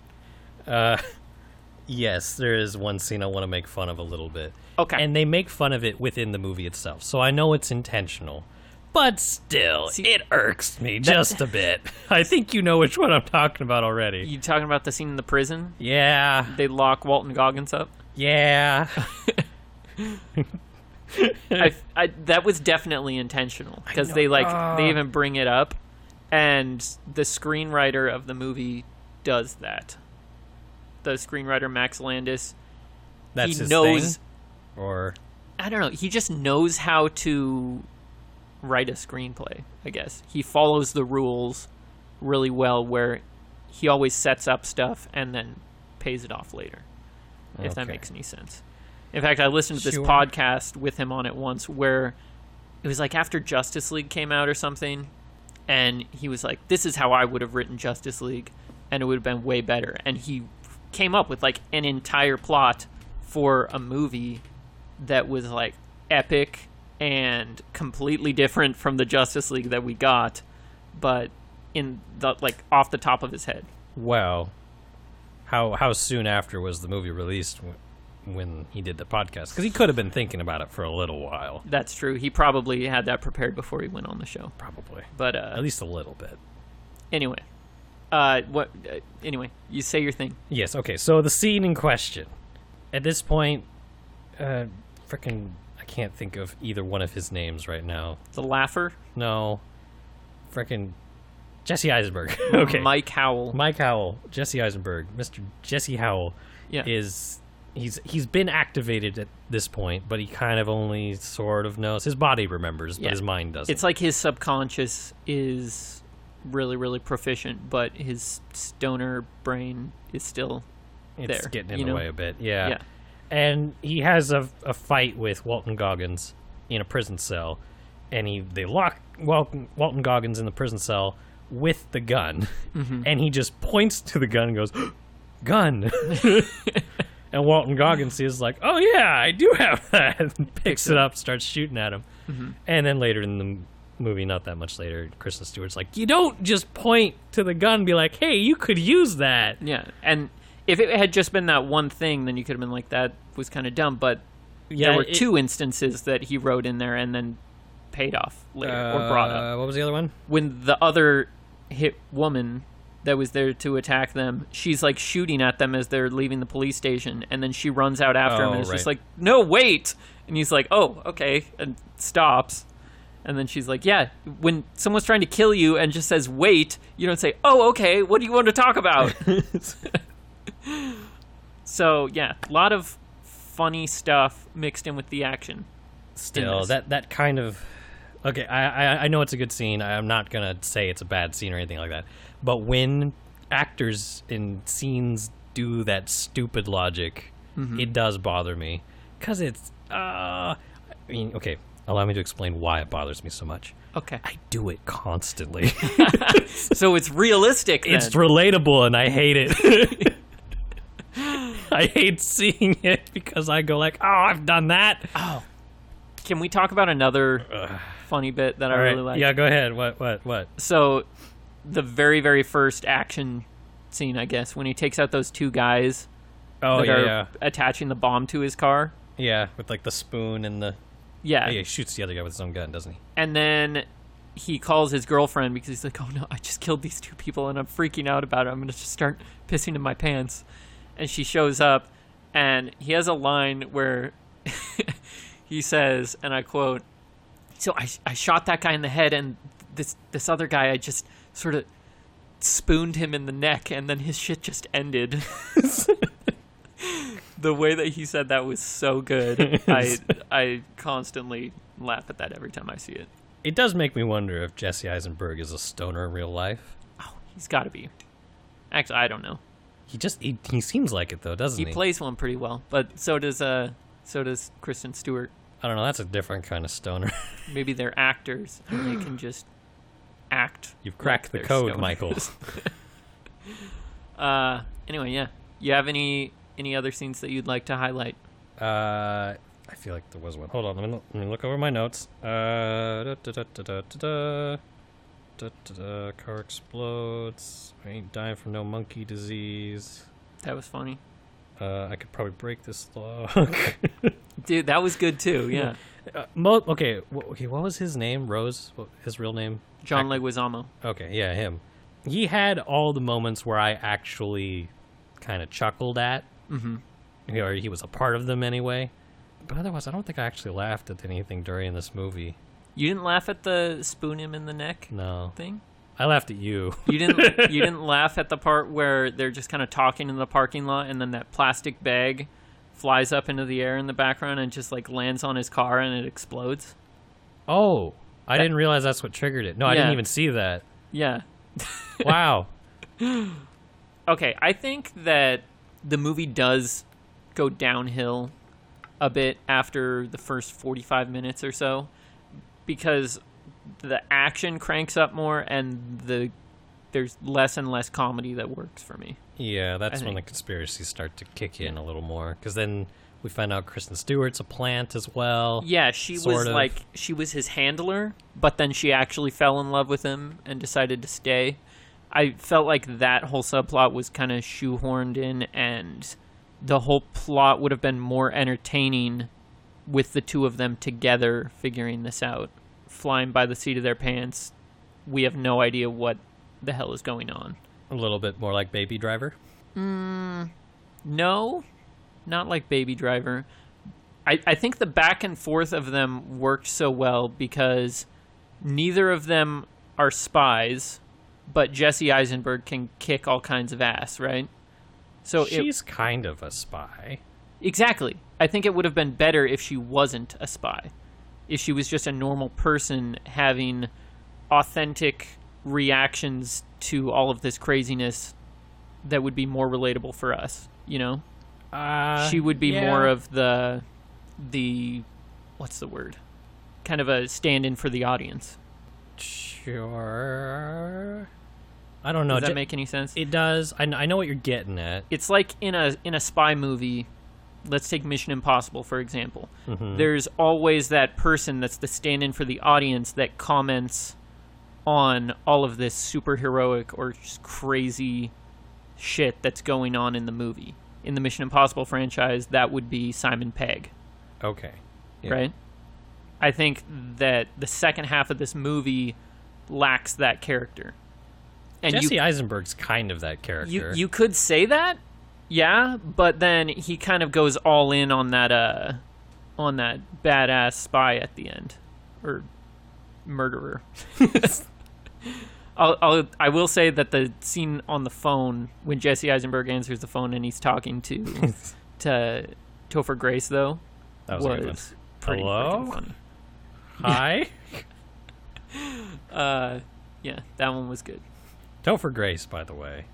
S1: Yes, there is one scene I want to make fun of a little bit.
S2: Okay.
S1: And they make fun of it within the movie itself, so I know it's intentional. But still,
S2: See-
S1: it irks me
S2: *laughs*
S1: just a bit. I think you know which one I'm talking about already.
S2: you talking about the scene in the prison?
S1: Yeah,
S2: They lock Walton
S1: *laughs*
S2: Goggins up.
S1: yeah.
S2: I, I, that was definitely intentional because
S1: know.
S2: they like
S1: Ah.
S2: they even bring it up, and the screenwriter of the movie does that. The screenwriter Max Landis,
S1: That's
S2: he
S1: his
S2: knows.
S1: thing? Or,
S2: I don't know. He just knows how to write a screenplay. I guess he follows the rules really well, where he always sets up stuff and then pays it off later. If that
S1: Okay.
S2: makes any sense. In fact, I listened to this
S1: Sure.
S2: podcast with him on it once, where it was like after Justice League came out or something, and he was like, "This is how I would have written Justice League, and it would have been way better." And he came up with like an entire plot for a movie that was like epic and completely different from the Justice League that we got, but in the like off the top of his head.
S1: well, how, how soon after was the movie released wh- when he did the podcast? Because he could have been thinking about it for a little while,
S2: That's true. He probably had that prepared before he went on the show.
S1: probably.
S2: But
S1: At
S2: uh,
S1: least a little bit.
S2: anyway, uh, what? Uh, anyway, you say your thing.
S1: Yes. Okay. So the scene in question. At this point, uh, freaking, I can't think of either one of his names right now.
S2: The laugher,
S1: No, freaking Jesse Eisenberg. *laughs* okay,
S2: Mike Howell.
S1: Mike Howell, Jesse Eisenberg, Mr. Jesse Howell
S2: yeah,
S1: is he's he's been activated at this point, but he kind of only sort of knows. His body remembers, but
S2: Yeah.
S1: his mind doesn't.
S2: It's like his subconscious is really, really proficient, but his stoner brain is still
S1: it's
S2: there,
S1: getting in
S2: you
S1: the
S2: know?
S1: way a bit. Yeah.
S2: Yeah.
S1: And he has a, a fight with Walton Goggins in a prison cell, and he they lock Walton, Walton Goggins in the prison cell with the gun, and he just points to the gun and goes, *gasps* "Gun." and Walton Goggins is like, "Oh yeah, I do have *laughs* that." And picks it up, starts shooting at him, and then later in the m- movie, not that much later, Kristen Stewart's like, "You don't just point to the gun, and be like, hey, you could use that."
S2: Yeah, and if it had just been that one thing, then you could have been like, "That was kind of dumb." But
S1: Yeah,
S2: there were
S1: it-
S2: two instances that he wrote in there and then paid off later or brought up
S1: Uh, What was the other one?
S2: when the other hit woman that was there to attack them. She's like shooting at them as they're leaving the police station, and then she runs out after him
S1: Oh,
S2: and is just
S1: right.
S2: like, "No, wait!" And he's like, "Oh, okay," and stops. And then she's like, "Yeah, when someone's trying to kill you and just says wait, you don't say, "Oh, okay, what do you want to
S1: *laughs*
S2: talk about?" So yeah, a lot of funny stuff mixed in with the action.
S1: Still,
S2: this.
S1: that that kind of okay. I, I I know it's a good scene. I, I'm not gonna say it's a bad scene or anything like that. But when actors in scenes do that stupid logic,
S2: Mm-hmm.
S1: it does bother me because it's. Uh, I mean, okay, allow me to explain why it bothers me so much.
S2: Okay,
S1: I do it
S2: *laughs*
S1: constantly.
S2: so it's realistic. Then.
S1: it's relatable and I hate it. *laughs* I hate seeing it because I go like, "Oh, I've done that."
S2: Can we talk about another funny bit that I
S1: All right.
S2: really like?
S1: Yeah, go ahead. What? What? What?
S2: So, the very very first action scene, I guess, when he takes out those two guys
S1: Oh
S2: that
S1: yeah,
S2: are
S1: yeah,
S2: attaching the bomb to his car.
S1: yeah. With like the spoon and the.
S2: Yeah.
S1: Oh, yeah, he shoots the other guy with his own gun, doesn't he?
S2: and then he calls his girlfriend because he's like, "Oh no, I just killed these two people and I'm freaking out about it. I'm gonna just start pissing in my pants." And she shows up, and he has a line where *laughs* he says, and I quote, "So I I shot that guy in the head, and this this other guy I just sort of spooned him in the neck, and then his shit just ended." *laughs* The way that he said that was so good. I I constantly laugh at that every time I see it.
S1: It does make me wonder if Jesse Eisenberg is a stoner in real life.
S2: Oh, he's got to be. Actually, I don't know.
S1: He just he, he seems like it though, doesn't
S2: He
S1: he?
S2: plays one pretty well, but so does uh, so does Kristen Stewart.
S1: I don't know. That's a different kind of stoner. *laughs*
S2: Maybe they're actors and they can just act.
S1: You've cracked the
S2: they're
S1: code, *laughs*
S2: stoners.
S1: Michael.
S2: Uh, anyway, yeah. You have any any other scenes that you'd like to highlight?
S1: Uh, I feel like there was one. Hold on, let me, lo- let me look over my notes. Uh, da, da, da, da, da, da, da, da, da, da, car explodes. I ain't dying from no monkey disease.
S2: That was funny,
S1: Uh, I could probably break this *laughs* log.
S2: dude. That was good too. Yeah,
S1: uh, Mo- okay, wh- okay. What was his name? Rose. What, his real name?
S2: John Leguizamo.
S1: Okay, yeah, him. He had all the moments where I actually kind of chuckled at, mm-hmm. or he was a part of them anyway. But otherwise, I don't think I actually laughed at anything during this movie.
S2: You didn't laugh at the spoon him in the neck
S1: No,
S2: thing.
S1: I laughed at you. *laughs*
S2: You didn't you didn't laugh at the part where they're just kind of talking in the parking lot and then that plastic bag flies up into the air in the background and just like lands on his car and it explodes?
S1: Oh, I didn't realize that's what triggered it. No, I didn't
S2: Yeah.
S1: even see that.
S2: Yeah.
S1: Wow.
S2: *laughs* Okay, I think that the movie does go downhill a bit after the first 45 minutes or so because the action cranks up more and the there's less and less comedy that works for me.
S1: yeah, that's
S2: I
S1: when the
S2: think-
S1: conspiracies start to kick in a little more because then we find out Kristen Stewart's a plant as well.
S2: Yeah, she was
S1: Sort of.
S2: like she was his handler, but then she actually fell in love with him and decided to stay. I felt like that whole subplot was kind of shoehorned in and the whole plot would have been more entertaining with the two of them together figuring this out, flying by the seat of their pants. We have no idea what the hell is going on.
S1: a little bit more like Baby Driver.
S2: No, not like Baby Driver. I, I think the back and forth of them worked so well because neither of them are spies, but Jesse Eisenberg can kick all kinds of ass, right? So it,
S1: She's kind of a spy.
S2: Exactly. I think it would have been better if she wasn't a spy. If she was just a normal person having authentic reactions to all of this craziness that would be more relatable for us, you know?
S1: Uh,
S2: she would be
S1: yeah.
S2: more of the the what's the word? Kind of a stand-in for the audience.
S1: sure. I don't know.
S2: Does that
S1: Ju-
S2: make any sense?
S1: it does. I, kn- I know what you're getting at.
S2: it's like in a in a spy movie let's take mission impossible for example
S1: Mhm.
S2: there's always that person that's the stand-in for the audience that comments on all of this superheroic or just crazy shit that's going on in the movie in the mission impossible franchise that would be simon pegg
S1: Okay. Yeah.
S2: right i think that the second half of this movie lacks that character and you
S1: Jesse Eisenberg's kind of that character.
S2: you you could say that, yeah, but then he kind of goes all in on that uh on that badass spy at the end, or murderer. *laughs* I'll, I'll I will say that the scene on the phone when Jesse Eisenberg answers the phone and he's talking
S1: *laughs*
S2: to to Topher Grace though
S1: that was,
S2: was,
S1: a good one.
S2: pretty
S1: Hello? *laughs*
S2: freaking funny.
S1: Hi,
S2: Uh, yeah, that one was good.
S1: Topher Grace, by the way,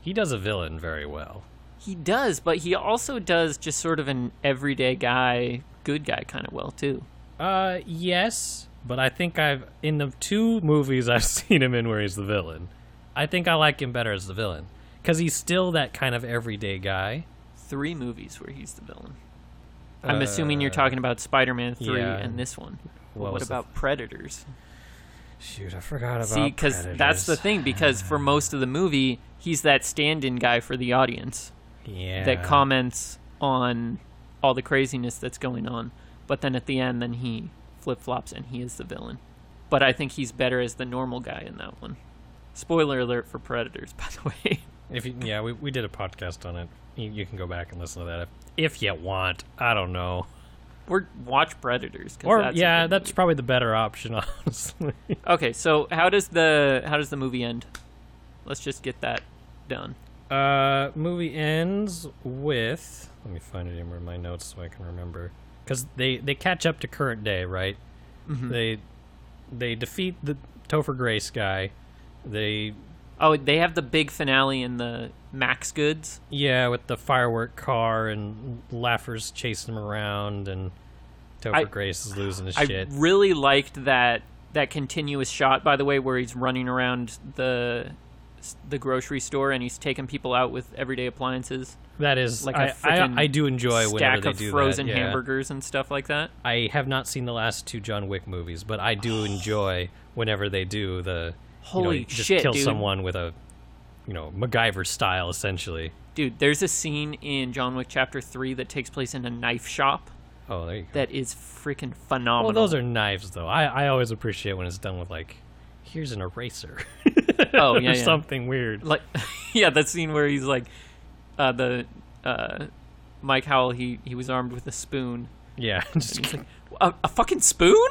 S1: he does a villain very well.
S2: He does, but he also does just sort of an everyday guy, good guy kind of well too.
S1: Uh, yes, but I think I've in the two movies *laughs* I've seen him in where he's the villain. I think I like him better as the villain because he's still that kind of everyday guy.
S2: three movies where he's the villain. I'm assuming you're talking about Spider-Man three
S1: Uh, yeah.
S2: and this one.
S1: What
S2: What,
S1: was the-
S2: about Predators?
S1: Shoot, I forgot about.
S2: See, because that's the
S1: Predators.
S2: thing. Because for most of the movie, he's that stand-in guy for the audience
S1: yeah.
S2: that comments on all the craziness that's going on. But then at the end, then he flip-flops and he is the villain. But I think he's better as the normal guy in that one. Spoiler alert for Predators, *laughs* by the way.
S1: If you, yeah, we we did a podcast on it. You, you can go back and listen to that if, if you want. I don't know.
S2: Or watch Predators. 'cause
S1: Or
S2: that's a
S1: yeah,
S2: good
S1: that's
S2: movie.
S1: probably the better option, *laughs* honestly.
S2: Okay, so how does the how does the movie end? Let's just get that done.
S1: Uh, movie ends with. Let me find it in one of my notes so I can remember. Because they they catch up to current day, right?
S2: Mm-hmm.
S1: They they defeat the Topher Grace guy. They
S2: Oh, they have the big finale in the Max Goods.
S1: yeah, with the firework car and Laffer's chasing him around, and Topher
S2: I-
S1: Grace is losing his shit.
S2: I really liked that that continuous shot by the way where he's running around the the grocery store and he's taking people out with everyday appliances,
S1: that is
S2: like
S1: like
S2: a
S1: I I-
S2: frickin'
S1: I do enjoy whenever
S2: stack
S1: they
S2: of
S1: do
S2: frozen
S1: that. yeah.
S2: hamburgers and stuff like that.
S1: I have not seen the last two John Wick movies, but I do
S2: *sighs*
S1: enjoy whenever they do the
S2: Holy
S1: you know, just
S2: shit,
S1: kill
S2: dude.
S1: someone with a you know MacGyver style essentially.
S2: Dude, there's a scene in John Wick Chapter 3 that takes place in a knife shop
S1: Oh, there you go.
S2: that is freaking
S1: well,
S2: phenomenal.
S1: those are knives though. I, I always appreciate when it's done with like here's an eraser. *laughs*
S2: Oh,
S1: or
S2: yeah, yeah.
S1: something weird.
S2: like *laughs* yeah that scene where he's like uh the uh mike howell he he was armed with a spoon
S1: Yeah, *laughs* just,
S2: He's like, a, a fucking spoon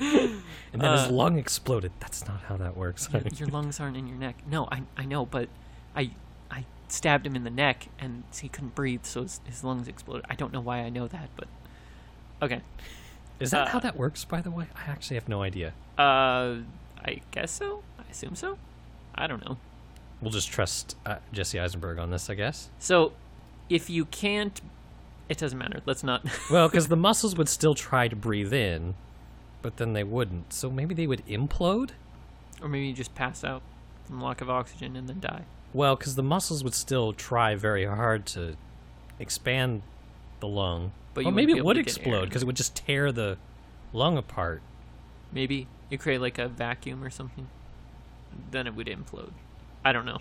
S1: and then
S2: uh,
S1: his lung exploded. That's not how that works. *laughs*
S2: your, your lungs aren't in your neck no i i know but i i stabbed him in the neck and he couldn't breathe so his, his lungs exploded i don't know why i know that but okay
S1: Is that
S2: uh,
S1: how that works? By the way, I actually have no idea.
S2: uh i guess so i assume so i don't know
S1: We'll just trust uh, Jesse Eisenberg on this, I guess.
S2: so if you can't it doesn't matter let's not *laughs*
S1: Well, because the muscles would still try to breathe in, but then they wouldn't. So maybe they would implode?
S2: or maybe you just pass out from lack of oxygen and then die
S1: Well, because the muscles would still try very hard to expand the lung.
S2: But
S1: But
S2: you wouldn't
S1: maybe it
S2: be able
S1: would
S2: to get air
S1: explode
S2: in.
S1: because it would just tear the lung apart.
S2: Maybe you create like a vacuum or something. Then it would implode. I don't know.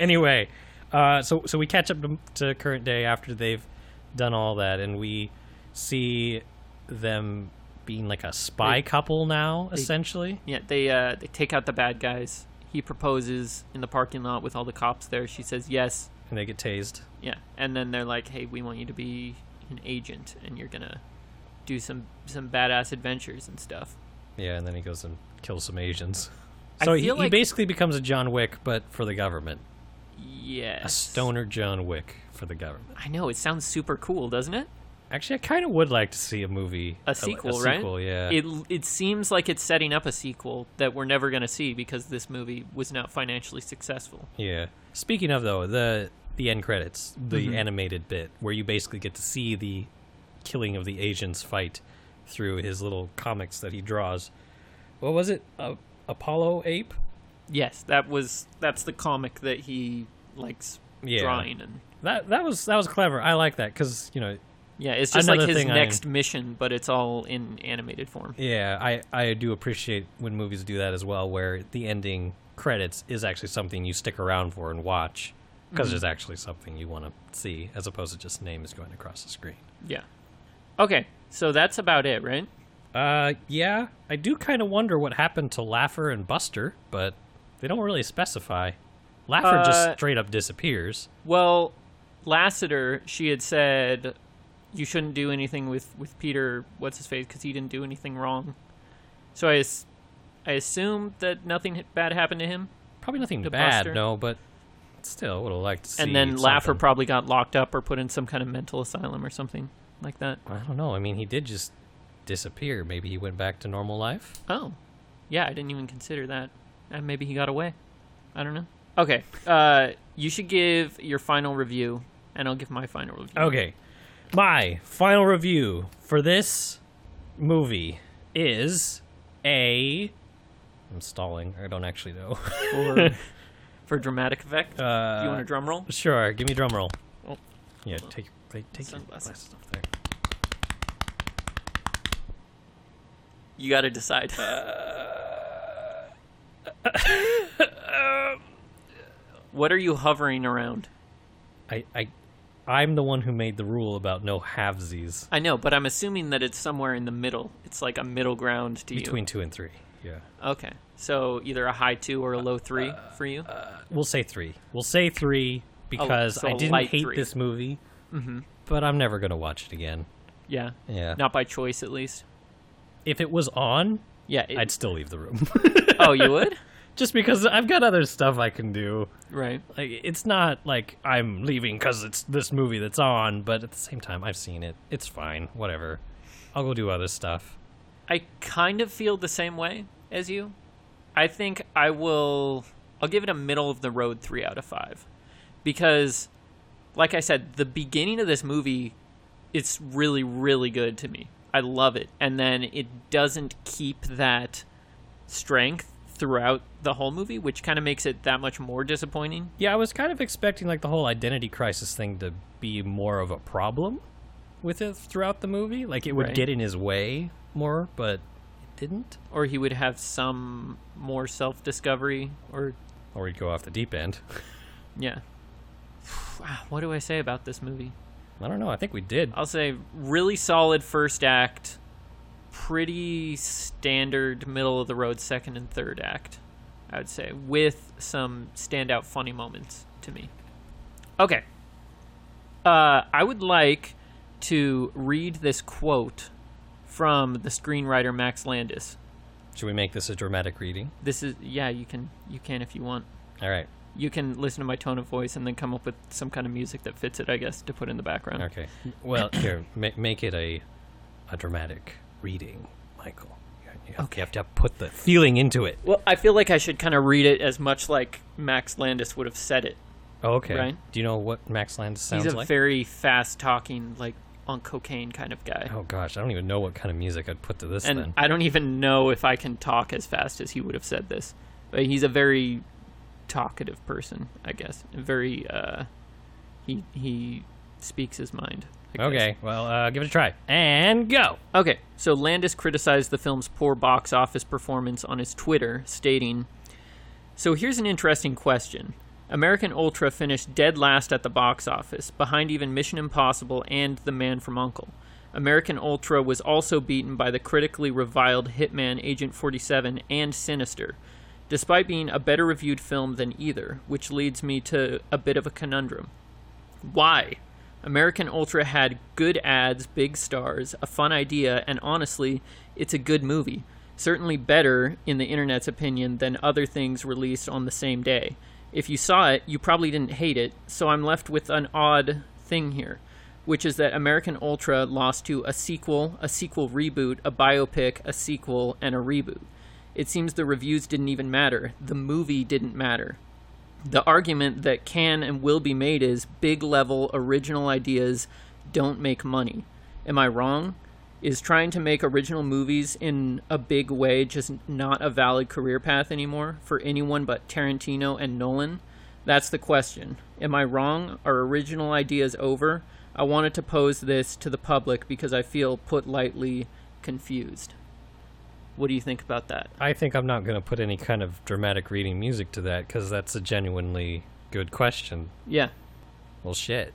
S1: Anyway, uh, so so we catch up to, to current day after they've done all that, and we see them being like a spy
S2: They-
S1: couple now, essentially.
S2: yeah, they uh, they take out the bad guys. He proposes in the parking lot with all the cops there. She says yes.
S1: And they get tased.
S2: Yeah, and then they're like, "Hey, we want you to be an agent, and you're gonna do some some badass adventures and stuff."
S1: Yeah, and then he goes and kills some Asians.
S2: I
S1: So he,
S2: feel
S1: he
S2: like-
S1: basically becomes a John Wick, but for the government.
S2: Yes.
S1: A stoner John Wick for the government.
S2: I know it sounds super cool, doesn't it?
S1: Actually, I kind of would like to see Oh, a movie.
S2: A sequel, right?
S1: sequel, yeah.
S2: It it seems like it's setting up a sequel that we're never going to see because this movie was not financially successful.
S1: yeah. Speaking of though, the the end credits, the animated bit where you basically get to see the killing of the Asians fight through his little comics that he draws. What was it? Uh, Apollo ape?
S2: Yes, that was that's the comic that he likes
S1: Yeah.
S2: drawing and
S1: That that was that was clever. I like that cuz, you know,
S2: yeah, it's just like
S1: Another
S2: his
S1: thing I-
S2: next mission, but it's all in animated form.
S1: Yeah, I, I do appreciate when movies do that as well, where the ending credits is actually something you stick around for and watch because there's actually something you want to see as opposed to just names going across the screen.
S2: Yeah. Okay, so that's about it, right?
S1: Uh, yeah, I do kind of wonder what happened to Laffer and Buster, but they don't really specify. Laffer
S2: Uh,
S1: just straight up disappears.
S2: Well, Lassiter, she had said you shouldn't do anything with with Peter. What's his face? Because he didn't do anything wrong. So I, as- I assumed that nothing h- bad happened to him,
S1: Probably nothing
S2: the
S1: bad,
S2: Buster.
S1: no, but still would have liked to see.
S2: and then Laffer
S1: something.
S2: probably got locked up or put in some kind of mental asylum or something like that.
S1: I don't know. I mean, he did just disappear. Maybe he went back to normal life.
S2: Oh, yeah, I didn't even consider that. And maybe he got away. I don't know. Okay, uh, you should give your final review, and I'll give my final review.
S1: Okay. My final review for this movie is a. I'm stalling. I don't actually know. *laughs*
S2: For, for dramatic effect,
S1: Uh,
S2: do you want a drum roll?
S1: Sure. Give me a drum roll.
S2: Oh.
S1: Yeah. Take take, take your
S2: Sunglasses.
S1: glasses off there.
S2: You got to decide.
S1: uh,
S2: what are you hovering around?
S1: I I I'm the one who made the rule about no halvesies
S2: I know, but I'm assuming that it's somewhere in the middle. It's like a middle ground to
S1: between two and three. Yeah.
S2: you. Okay. So either a high two or a low three
S1: Uh,
S2: for you?
S1: We'll say three. We'll say three because
S2: so
S1: I didn't
S2: light
S1: hate
S2: three. Mm-hmm.
S1: this movie, but I'm never gonna watch it again.
S2: yeah.
S1: Yeah.
S2: Not by choice, at least.
S1: If it was on,
S2: Yeah. it-
S1: I'd still leave the room. *laughs*
S2: oh, you would?
S1: just because I've got other stuff I can do.
S2: Right.
S1: Like it's not like I'm leaving because it's this movie that's on, but at the same time, I've seen it. It's fine, whatever. I'll go do other stuff.
S2: I kind of feel the same way as you. I think I will. I'll give it a middle of the road three out of five, because, like I said, the beginning of this movie, it's really really good to me. I love it, and then it doesn't keep that strength throughout the whole movie, which kind of makes it that much more disappointing.
S1: Yeah, I was kind of expecting like the whole identity crisis thing to be more of a problem with it throughout the movie. Like it would
S2: Right.
S1: get in his way more, but it didn't.
S2: Or he would have some more self discovery, or
S1: Or he'd go off the deep end. *laughs*
S2: yeah. *sighs* what do I say about this movie?
S1: I don't know. I think we did.
S2: I'll say really solid first act, pretty standard middle of the road second and third act, I would say, with some standout funny moments to me. Okay. Uh, I would like to read this quote from the screenwriter Max Landis.
S1: Should we make this a dramatic reading?
S2: This is yeah, you can you can if you want.
S1: All right.
S2: You can listen to my tone of voice and then come up with some kind of music that fits it, I guess, to put in the background.
S1: Okay. Well, *coughs* here, ma- make it a a dramatic reading, Michael. You have- You have, you have to put the feeling into it.
S2: Well, I feel like I should kind of read it as much like Max Landis would have said it.
S1: Oh, okay.
S2: Brian?
S1: Do you know what Max Landis sounds
S2: He's a
S1: like?
S2: very fast talking, like on cocaine kind of guy.
S1: oh gosh, I don't even know what kind of music I'd put to this
S2: and
S1: then.
S2: I don't even know if I can talk as fast as he would have said this. But he's a very talkative person, I guess. Very uh he he speaks his mind. I guess.
S1: okay. Well, uh, give it a try and go.
S2: Okay, so Landis criticized the film's poor box office performance on his Twitter, stating So here's an interesting question. American Ultra finished dead last at the box office, behind even Mission Impossible and The Man from Uncle. American Ultra was also beaten by the critically reviled Hitman Agent 47 and Sinister, despite being a better reviewed film than either, which leads me to a bit of a conundrum. Why? American Ultra had good ads, big stars, a fun idea, and honestly, it's a good movie. Certainly better, in the internet's opinion, than other things released on the same day. if you saw it, you probably didn't hate it. So I'm left with an odd thing here, which is that American Ultra lost to a sequel, a sequel reboot, a biopic, a sequel, and a reboot. It seems the reviews didn't even matter. The movie didn't matter. The argument that can and will be made is big level original ideas don't make money. Am I wrong? Is trying to make original movies in a big way just not a valid career path anymore for anyone but Tarantino and Nolan? That's the question. Am I wrong? Are original ideas over? I wanted to pose this to the public because I feel, put lightly, confused. What do you think about that?
S1: I think I'm not going to put any kind of dramatic reading music to that because that's a genuinely good question.
S2: Yeah.
S1: Well, *laughs* shit.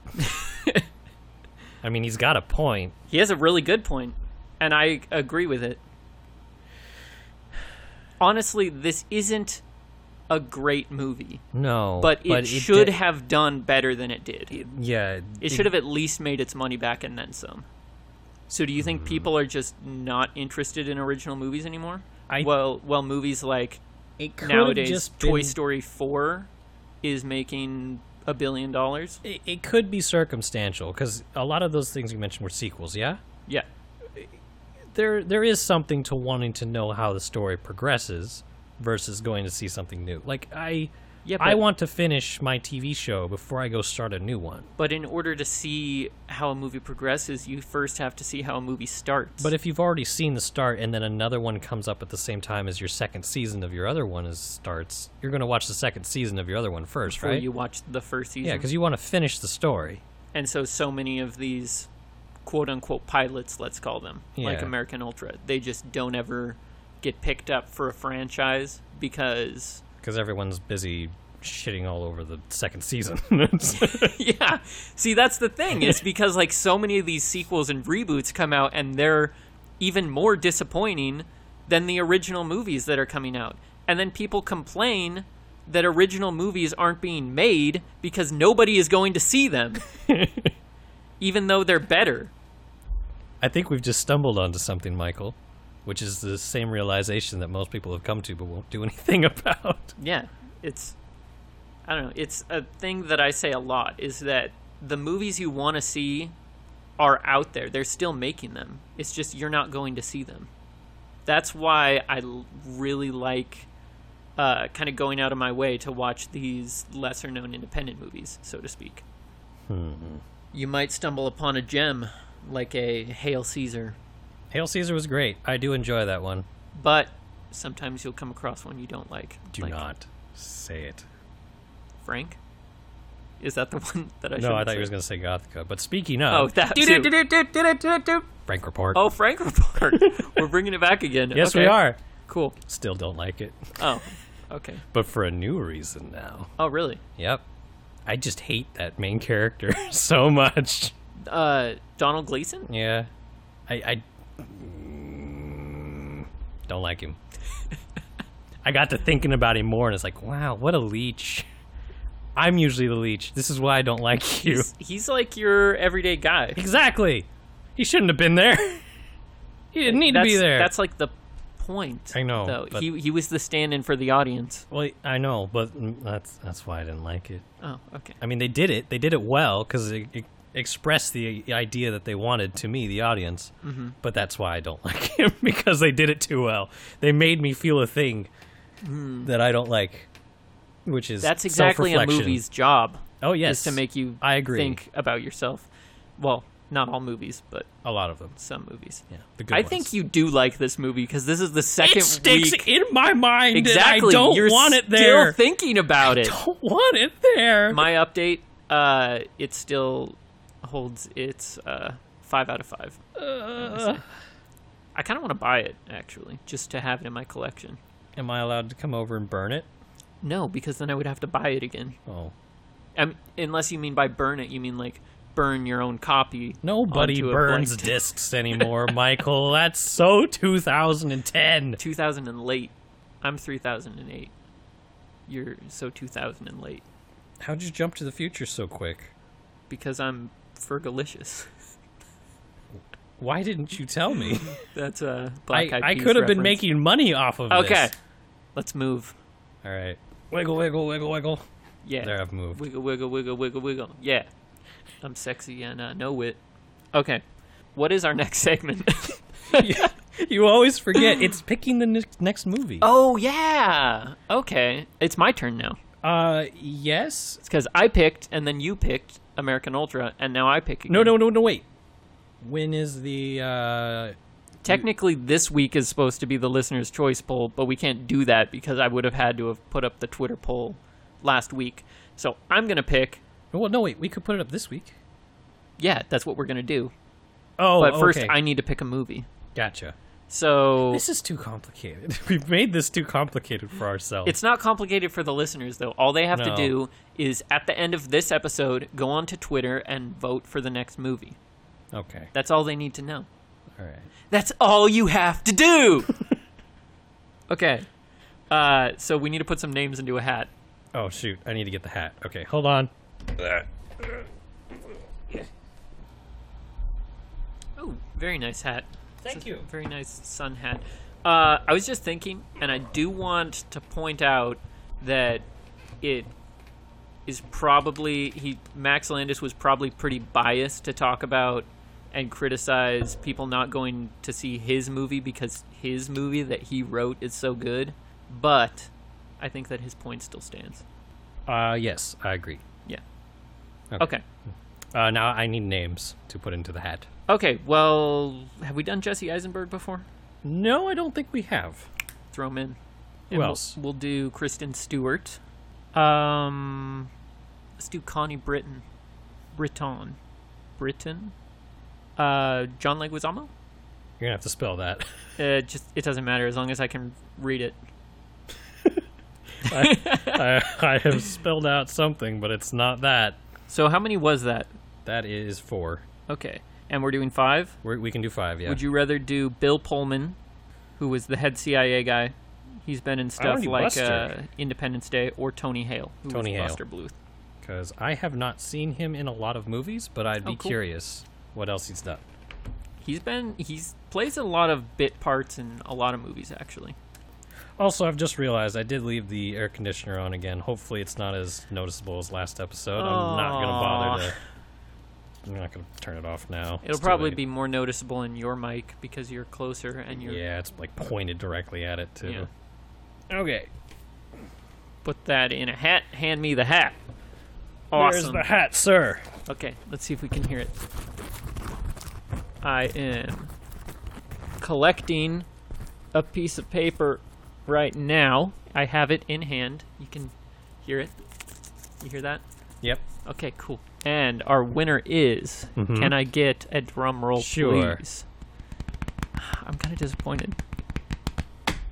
S1: I mean, he's got a point.
S2: He has a really good point, and I agree with it. Honestly, this isn't a great movie,
S1: No,
S2: but it should
S1: did-
S2: have done better than it did. It,
S1: Yeah, it-
S2: should have at least made its money back and then some. So, do you
S1: Mm.
S2: think people are just not interested in original movies anymore?
S1: I-
S2: well, well, movies like
S1: It could have
S2: nowadays,
S1: just
S2: Toy
S1: been-
S2: Story Four is making a billion dollars.
S1: It, it could be circumstantial because a lot of those things you mentioned were sequels. Yeah,
S2: Yeah,
S1: there there is something to wanting to know how the story progresses versus going to see something new. Like I,
S2: yeah.
S1: I
S2: but-
S1: want to finish my TV show before I go start a new one.
S2: But in order to see how a movie progresses, you first have to see how a movie starts.
S1: But if you've already seen the start and then another one comes up at the same time as your second season of your other one is starts, you're going to watch the second season of your other one first,
S2: before
S1: right?
S2: you watch the first season,
S1: yeah, because you want to finish the story.
S2: and so so many of these quote unquote pilots, let's call them, like
S1: Yeah.
S2: American Ultra, they just don't ever get picked up for a franchise because
S1: because everyone's busy shitting all over the second season. *laughs*
S2: *laughs* yeah. See, that's the thing. It's because like so many of these sequels and reboots come out and they're even more disappointing than the original movies that are coming out. And then people complain that original movies aren't being made because nobody is going to see them. even though they're better.
S1: I think we've just stumbled onto something, Michael, which is the same realization that most people have come to but won't do anything about.
S2: Yeah. It's I don't know. It's a thing that I say a lot is that the movies you want to see are out there. They're still making them. It's just you're not going to see them. That's why I l- really like uh, kind of going out of my way to watch these lesser known independent movies, so to speak.
S1: Mm-hmm.
S2: You might stumble upon a gem like a Hail Caesar,
S1: Hail Caesar was great. I do enjoy that one.
S2: but sometimes you'll come across one you don't like.
S1: Do
S2: like
S1: not say it.
S2: Frank? Is that the *laughs* one that I
S1: No, I thought
S2: you
S1: you was going to say Gothica. But speaking of
S2: Oh, that too.
S1: that Frank Report.
S2: Oh, Frank
S1: *laughs*
S2: Report. We're bringing it back again.
S1: yes, we
S2: Okay.
S1: are.
S2: Cool.
S1: Still don't like it,
S2: Oh, okay.
S1: but for a new reason now.
S2: Oh, really?
S1: Yep. I just hate that main character so much.
S2: Uh, Donald Gleason?
S1: Yeah, I, I Mm, don't like him. *laughs* I got to thinking about him more, and it's like, wow, what a leech. I'm usually the leech. This is why I don't *laughs* like you.
S2: He's, he's like your everyday guy.
S1: Exactly. He shouldn't have been there. *laughs* He didn't need
S2: that's,
S1: to be there.
S2: That's like the point.
S1: I know,
S2: Though.
S1: but-
S2: He he was the stand-in for the audience.
S1: well, I know, but mm, that's that's why I didn't like it.
S2: Oh, okay.
S1: I mean, they did it. They did it well because it, it expressed the idea that they wanted to me, the audience. Mm-hmm. But that's why I don't *laughs* like him because they did it too well. They made me feel a thing that I don't like, which is
S2: Mm. That's exactly a
S1: self-reflection.
S2: movie's job.
S1: Oh yes,
S2: Is to make you
S1: I agree.
S2: think about yourself. Well, not all movies, but
S1: a lot of them.
S2: some movies.
S1: Yeah, the good
S2: I think
S1: ones.
S2: you do like this movie because this is the second
S1: It sticks
S2: week.
S1: in my mind. and
S2: Exactly.
S1: I don't
S2: You're
S1: want it
S2: still
S1: there.
S2: thinking about
S1: *laughs*
S2: it.
S1: don't want it there.
S2: my update uh it still holds its uh five out of five
S1: Uh,
S2: i kind of want to buy it actually just to have it in my collection
S1: am I allowed to come over and burn it?
S2: no because then i would have to buy it again
S1: Oh,
S2: um, unless you mean by burn it you mean like burn your own copy
S1: Nobody
S2: onto a
S1: burns
S2: blank- *laughs*
S1: discs anymore, Michael. That's so 2010.
S2: 2000 and late i'm 3008 you're so 2000 and late
S1: How'd you jump to the future so quick?
S2: because i'm fergalicious *laughs*
S1: Why didn't you tell me?
S2: that's a
S1: I,
S2: black Eyed
S1: I
S2: Peas
S1: could have been
S2: reference.
S1: making money off of
S2: okay
S1: this.
S2: let's move
S1: All right. Wiggle, wiggle, wiggle, wiggle.
S2: Yeah.
S1: There, I've moved.
S2: Wiggle, wiggle, wiggle, wiggle, wiggle. Yeah. I'm sexy and I know it. Okay. What is our *laughs* next segment?
S1: *laughs* you always forget. It's picking the ne- next movie.
S2: oh, yeah. Okay. It's my turn now.
S1: Uh, yes.
S2: It's because I picked and then you picked American Ultra and now I pick again.
S1: No, no, no, no. Wait. When is the? uh
S2: Technically, this week is supposed to be the listener's choice poll, but we can't do that because I would have had to have put up the Twitter poll last week. So I'm going to pick.
S1: Well, no, wait. We could put it up this week.
S2: Yeah, that's what we're going to do.
S1: Oh,
S2: But first,
S1: okay.
S2: I need to pick a movie.
S1: gotcha.
S2: So
S1: This is too complicated. *laughs* We've made this too complicated for ourselves.
S2: It's not complicated for the listeners, though. All they have to
S1: No.
S2: do is, at the end of this episode, go on to Twitter and vote for the next movie.
S1: okay.
S2: That's all they need to know.
S1: All right.
S2: That's all you have to do! okay. Uh, so we need to put some names into a hat.
S1: Oh shoot! I need to get the hat. Okay, hold on.
S2: Oh, very nice hat.
S1: Thank
S2: It's a
S1: you.
S2: Very nice sun hat. Uh, I was just thinking, and I do want to point out that it is probably he Max Landis was probably pretty biased to talk about and criticize people not going to see his movie because his movie that he wrote is so good. But I think that his point still stands.
S1: Uh, yes, I agree.
S2: Yeah.
S1: Okay.
S2: okay.
S1: Uh, now I need names to put into the hat.
S2: Okay. Well, have we done Jesse Eisenberg before?
S1: No, I don't think we have.
S2: throw him in.
S1: Who
S2: we'll-
S1: else?
S2: We'll, do Kristen Stewart. Um, let's do Connie Britton, Britton, Britton. Uh, John Leguizamo.
S1: You're gonna have to spell that. *laughs*
S2: Uh, just it doesn't matter as long as I can read it.
S1: I, I have spelled out something, but it's not that.
S2: So how many was that?
S1: That is four.
S2: Okay, and we're doing five.
S1: We're, we can do five. Yeah.
S2: Would you rather do Bill Pullman, who was the head CIA guy? He's been in stuff
S1: already
S2: like uh,
S1: busted.
S2: Independence Day or Tony Hale, who
S1: Tony
S2: was
S1: Hale.
S2: Buster Bluth.
S1: Because I have not seen him in a lot of movies, but I'd
S2: Oh,
S1: be
S2: cool.
S1: curious what else he's done.
S2: He's been he's plays a lot of bit parts in a lot of movies actually.
S1: Also, I've just realized I did leave the air conditioner on again. Hopefully, it's not as noticeable as last episode. I'm not gonna bother
S2: Aw.
S1: to. I'm not gonna turn it off now.
S2: It'll
S1: It's too
S2: probably
S1: late.
S2: be more noticeable in your mic because you're closer and you're
S1: Yeah, Uh-huh. it's like pointed directly at it too.
S2: Yeah.
S1: Okay.
S2: put that in a hat. Hand me the hat.
S1: Where's
S2: Awesome.
S1: the hat, sir?
S2: Okay, let's see if we can hear it. I am collecting a piece of paper right now. I have it in hand. You can hear it. You hear that?
S1: Yep.
S2: Okay, cool. And our winner is.
S1: Mhm.
S2: Can I get a drum roll,
S1: Sure.
S2: please? *sighs* I'm kind of disappointed.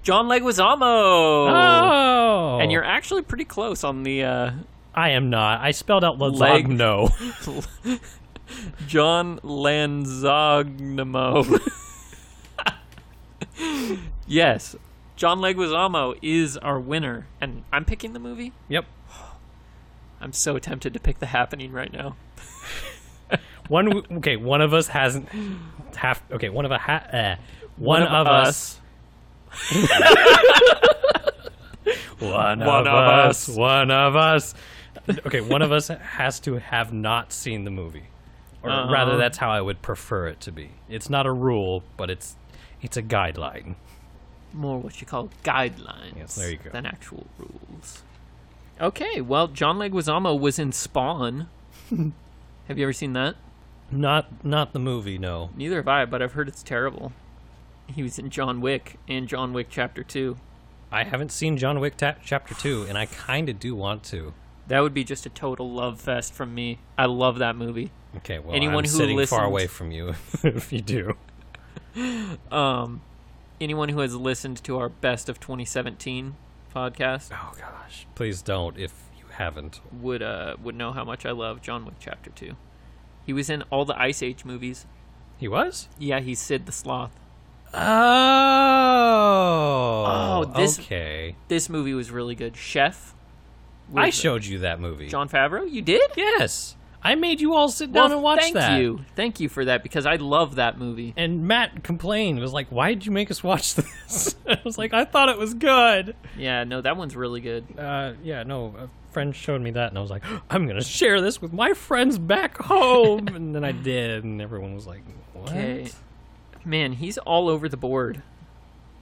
S2: John Leguizamo.
S1: Oh.
S2: And you're actually pretty close on the uh, *laughs*
S1: I am not. I spelled out
S2: Leg.
S1: Lazagno.
S2: John Lanzagnamo. *laughs* yes, John Leguizamo is our winner, and I'm picking the movie.
S1: *laughs* yep.
S2: I'm so tempted to pick The Happening right now.
S1: One. w- Okay. One of us hasn't. Half. Okay. One of a ha Uh, one, of, us. *laughs* One,
S2: One
S1: of,
S2: of
S1: us.
S2: us.
S1: One of us. Okay. One of us has to have not seen the movie, or
S2: Uh-huh.
S1: rather, that's how I would prefer it to be. It's not a rule, but it's it's a guideline.
S2: more what you call guidelines
S1: Yes, there you go.
S2: than actual rules. Okay, well, John Leguizamo was
S1: *laughs*
S2: in Spawn. have you ever seen that?
S1: Not not the movie. No.
S2: Neither have I, but I've heard it's terrible. He was in John Wick and John Wick Chapter 2.
S1: I haven't seen John Wick ta- Chapter Two, and I kind of do want to.
S2: That would be just a total love fest from me. I love that movie.
S1: Okay, well,
S2: Anyone
S1: I'm
S2: who
S1: sitting
S2: listens-
S1: far away from you *laughs* if you do.
S2: Um, anyone who has listened to our Best of 2017 podcast
S1: Oh gosh, please don't if you haven't.
S2: would uh would know how much I love John Wick Chapter 2. He was in all the Ice Age movies.
S1: He was.
S2: Yeah, he's Sid the Sloth.
S1: Oh.
S2: Oh, this-
S1: Okay.
S2: This movie was really good. Chef. with
S1: I showed you that movie.
S2: John Favreau. You did?
S1: Yes, I made you all sit down
S2: Well,
S1: and watch
S2: thank
S1: that.
S2: you. Thank you for that because I love that movie.
S1: And Matt complained, was like, "Why did you make us watch *laughs* this?" I was like, "I thought it was good."
S2: Yeah, no, that one's really good.
S1: Uh, yeah, no, uh, friend showed me that, and I was like, *gasps* I'm gonna share this with my friends back home, and then I did, and everyone was like, What?
S2: Okay. Man, he's all over the board.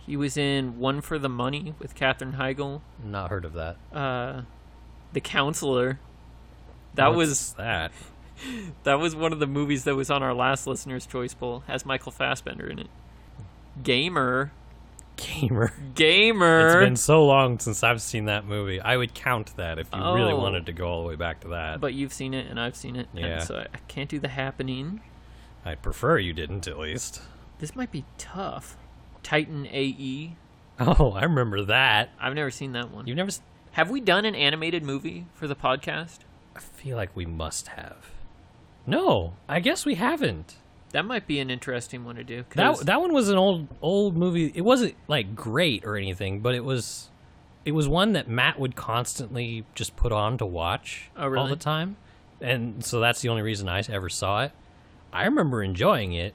S2: He was in One for the Money with Katherine Heigl,
S1: Not heard of that.
S2: uh, The Counselor. That
S1: What's
S2: was
S1: that.
S2: that was one of the movies that was on our last listener's choice poll. Has Michael Fassbender in it? Gamer,
S1: Gamer. It's
S2: gamer.
S1: been so long since I've seen that movie. I would count that if you really
S2: Oh.
S1: wanted to go all the way back to that.
S2: But you've seen it and I've seen it,
S1: Yeah.
S2: and so I- I can't do The Happening.
S1: I'd prefer you didn't, at least.
S2: This might be tough. Titan A.E.
S1: *laughs* Oh, I remember that.
S2: I've never seen that one.
S1: You've never. s-
S2: Have we done an animated movie for the podcast?
S1: I feel like we must have. No, I guess we haven't.
S2: That might be an interesting one to do. 'cause-
S1: That that one was an old old movie. It wasn't like great or anything, but it was it was one that Matt would constantly just put on to watch
S2: Oh,
S1: all
S2: really?
S1: the time. And so that's the only reason I ever saw it. I remember enjoying it.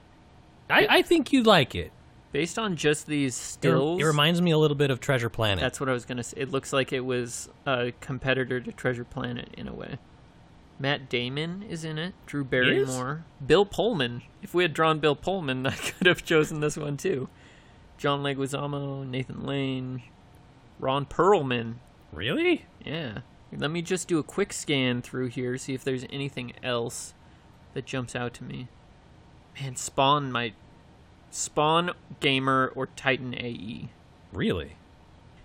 S1: I, I think you'd like it.
S2: based on just these
S1: It, re-
S2: stills.
S1: it reminds me a little bit of Treasure Planet.
S2: that's what I was gonna say. It looks like it was a competitor to Treasure Planet in a way. Matt Damon is in it. Drew Barrymore. Bill Pullman. If we had drawn Bill Pullman, *laughs* I could have chosen this one too. John Leguizamo, Nathan Lane, Ron Perlman.
S1: really?
S2: Yeah. Let me just do a quick scan through here, see if there's anything else that jumps out to me. Man, Spawn might. Spawn, Gamer, or Titan E. AE.
S1: Really?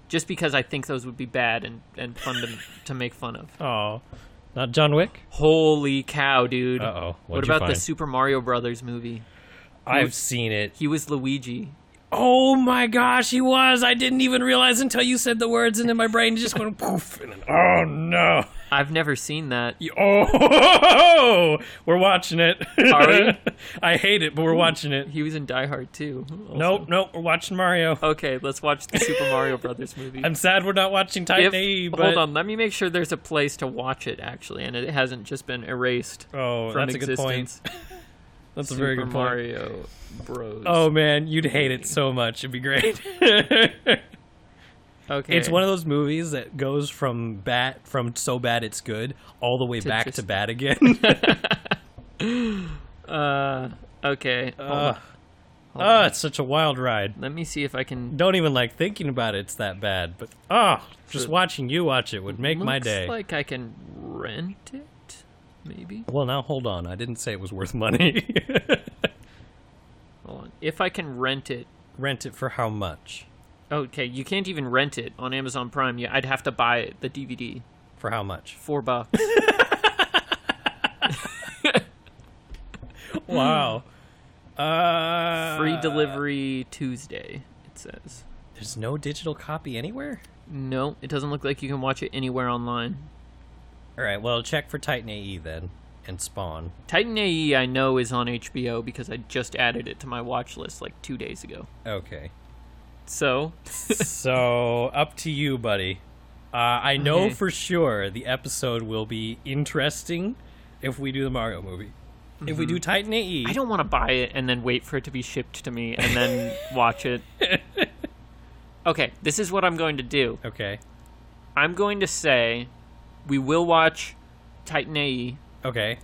S2: Just because I think those would be bad and, and fun to, to make fun of.
S1: Oh. Not John Wick?
S2: Holy cow, dude.
S1: Uh-oh.
S2: What
S1: What'd you
S2: about the
S1: find?
S2: Super Mario Brothers movie?
S1: I've seen it.
S2: He was Luigi.
S1: Oh my gosh, he was. I didn't even realize until you said the words and then my brain just went *laughs* poof and then, oh no.
S2: I've never seen that.
S1: You- Oh, *laughs* we're watching it.
S2: Are we?
S1: *laughs* I hate it, but we're watching it.
S2: He was in Die Hard too. also.
S1: Nope, nope, we're watching Mario.
S2: Okay, let's watch the Super Mario Brothers movie.
S1: I'm sad we're not watching
S2: if,
S1: Titan AE, but
S2: hold on, let me make sure there's a place to watch it actually, and it hasn't just been erased
S1: oh,
S2: from
S1: that's a good point.
S2: existence.
S1: That's
S2: Super
S1: a very good point.
S2: Mario Bros.
S1: Oh man, you'd hate it so much. It'd be great. *laughs*
S2: okay.
S1: it's one of those movies that goes from bat from so bad it's good all the way back to
S2: just-
S1: bad *laughs* again.
S2: Uh, okay. hold
S1: Uh,
S2: on.
S1: oh, it's such a wild ride.
S2: Let me see if I can.
S1: don't even like thinking about it, it's that bad. But oh, just watching you watch it would make my
S2: looks
S1: day.
S2: Like I can rent it, maybe.
S1: well, now hold on. I didn't say it was worth money. *laughs*
S2: Hold on. If I can rent it.
S1: Rent it for how much?
S2: Okay, you can't even rent it on Amazon Prime. Yeah, I'd have to buy it, the DVD.
S1: For how much?
S2: Four bucks.
S1: Wow. Uh,
S2: Hmm. Free delivery Tuesday, it says.
S1: There's no digital copy anywhere.
S2: No, it doesn't look like you can watch it anywhere online.
S1: All right. Well, check for Titan AE then, and Spawn.
S2: Titan AE I know is on HBO because I just added it to my watch list like two days ago. *laughs*
S1: Okay.
S2: So
S1: so up to you, buddy. Uh, I know
S2: Okay.
S1: for sure the episode will be interesting if we do the Mario movie. If we do Titan E. AE,
S2: Mm-hmm. I don't want to buy it and then wait for it to be shipped to me and then watch it. Okay, this is what I'm going to do.
S1: okay.
S2: I'm going to say we will watch Titan AE,
S1: Okay,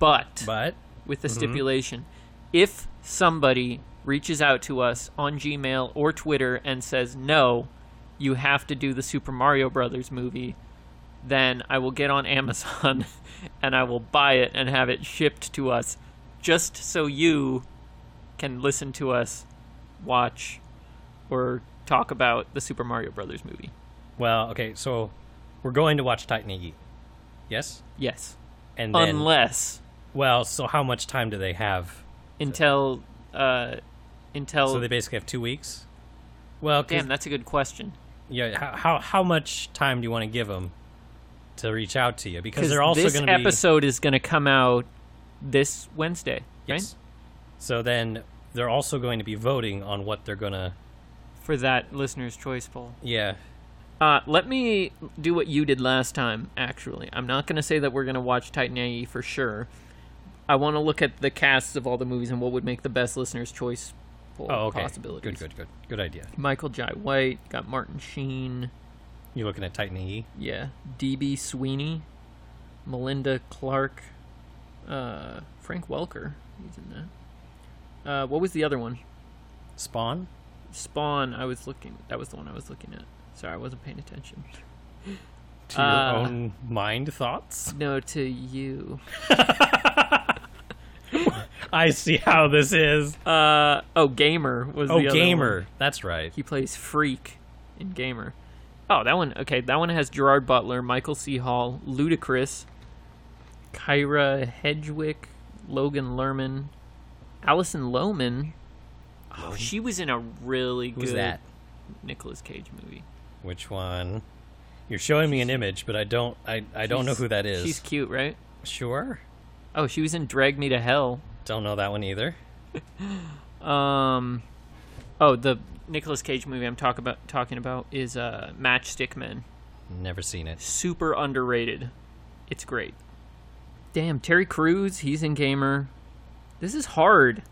S2: but,
S1: but
S2: with the
S1: Mm-hmm.
S2: stipulation if somebody reaches out to us on Gmail or Twitter and says no, you have to do the Super Mario Brothers movie, then I will get on *laughs* Amazon and I will buy it and have it shipped to us just so you can listen to us watch or talk about the Super Mario Brothers movie.
S1: well, okay. So we're going to watch Titan AE. Yes,
S2: Yes.
S1: and then
S2: Unless
S1: well, so how much time do they have?
S2: until uh until
S1: So they basically have two weeks. Well, 'cause-
S2: Damn, that's a good question.
S1: yeah. How, how how much time do you want to give them to reach out to you? Because
S2: because
S1: they're also
S2: this
S1: going to be
S2: episode is going to come out this Wednesday,
S1: Yes. So then they're also going to be voting on what they're gonna.
S2: right? For that listener's choice poll.
S1: Yeah.
S2: Uh, let me do what you did last time. Actually, I'm not going to say that we're going to watch Titan AE for sure. I want to look at the casts of all the movies and what would make the best listener's choice poll
S1: Oh, okay. Good,
S2: possibilities.
S1: good, good, good idea.
S2: Michael Jai White got Martin Sheen,
S1: You're looking at Titan E.
S2: Yeah, DB Sweeney, Melinda Clark, uh, Frank Welker. He's in that. Uh, what was the other one?
S1: Spawn.
S2: Spawn. I was looking. That was the one I was looking at. Sorry, I wasn't paying attention.
S1: To your
S2: Uh,
S1: own mind thoughts. *laughs*
S2: No, to you.
S1: I see how this is.
S2: Uh, oh, Gamer was.
S1: Oh,
S2: the other
S1: gamer.
S2: one.
S1: That's right.
S2: He plays Freak in Gamer. Oh, that one. Okay, that one has Gerard Butler, Michael C. Hall, Ludacris, Kyra Hedgewick, Logan Lerman, Allison Lohman. Oh, she was in a really
S1: Who's
S2: good
S1: that?
S2: Nicolas Cage movie.
S1: Which one? You're showing me an image, but I don't. I, I don't know
S2: She's-
S1: who that is.
S2: She's cute, right?
S1: Sure.
S2: Oh, she was in Drag Me to Hell.
S1: Don't know that one either.
S2: Um, oh, the Nicolas Cage movie I'm talk about, talking about is uh, Matchstick Men.
S1: Never seen it.
S2: super underrated. It's great. Damn, Terry Crews, he's in Gamer. This is
S1: *laughs*
S2: hard.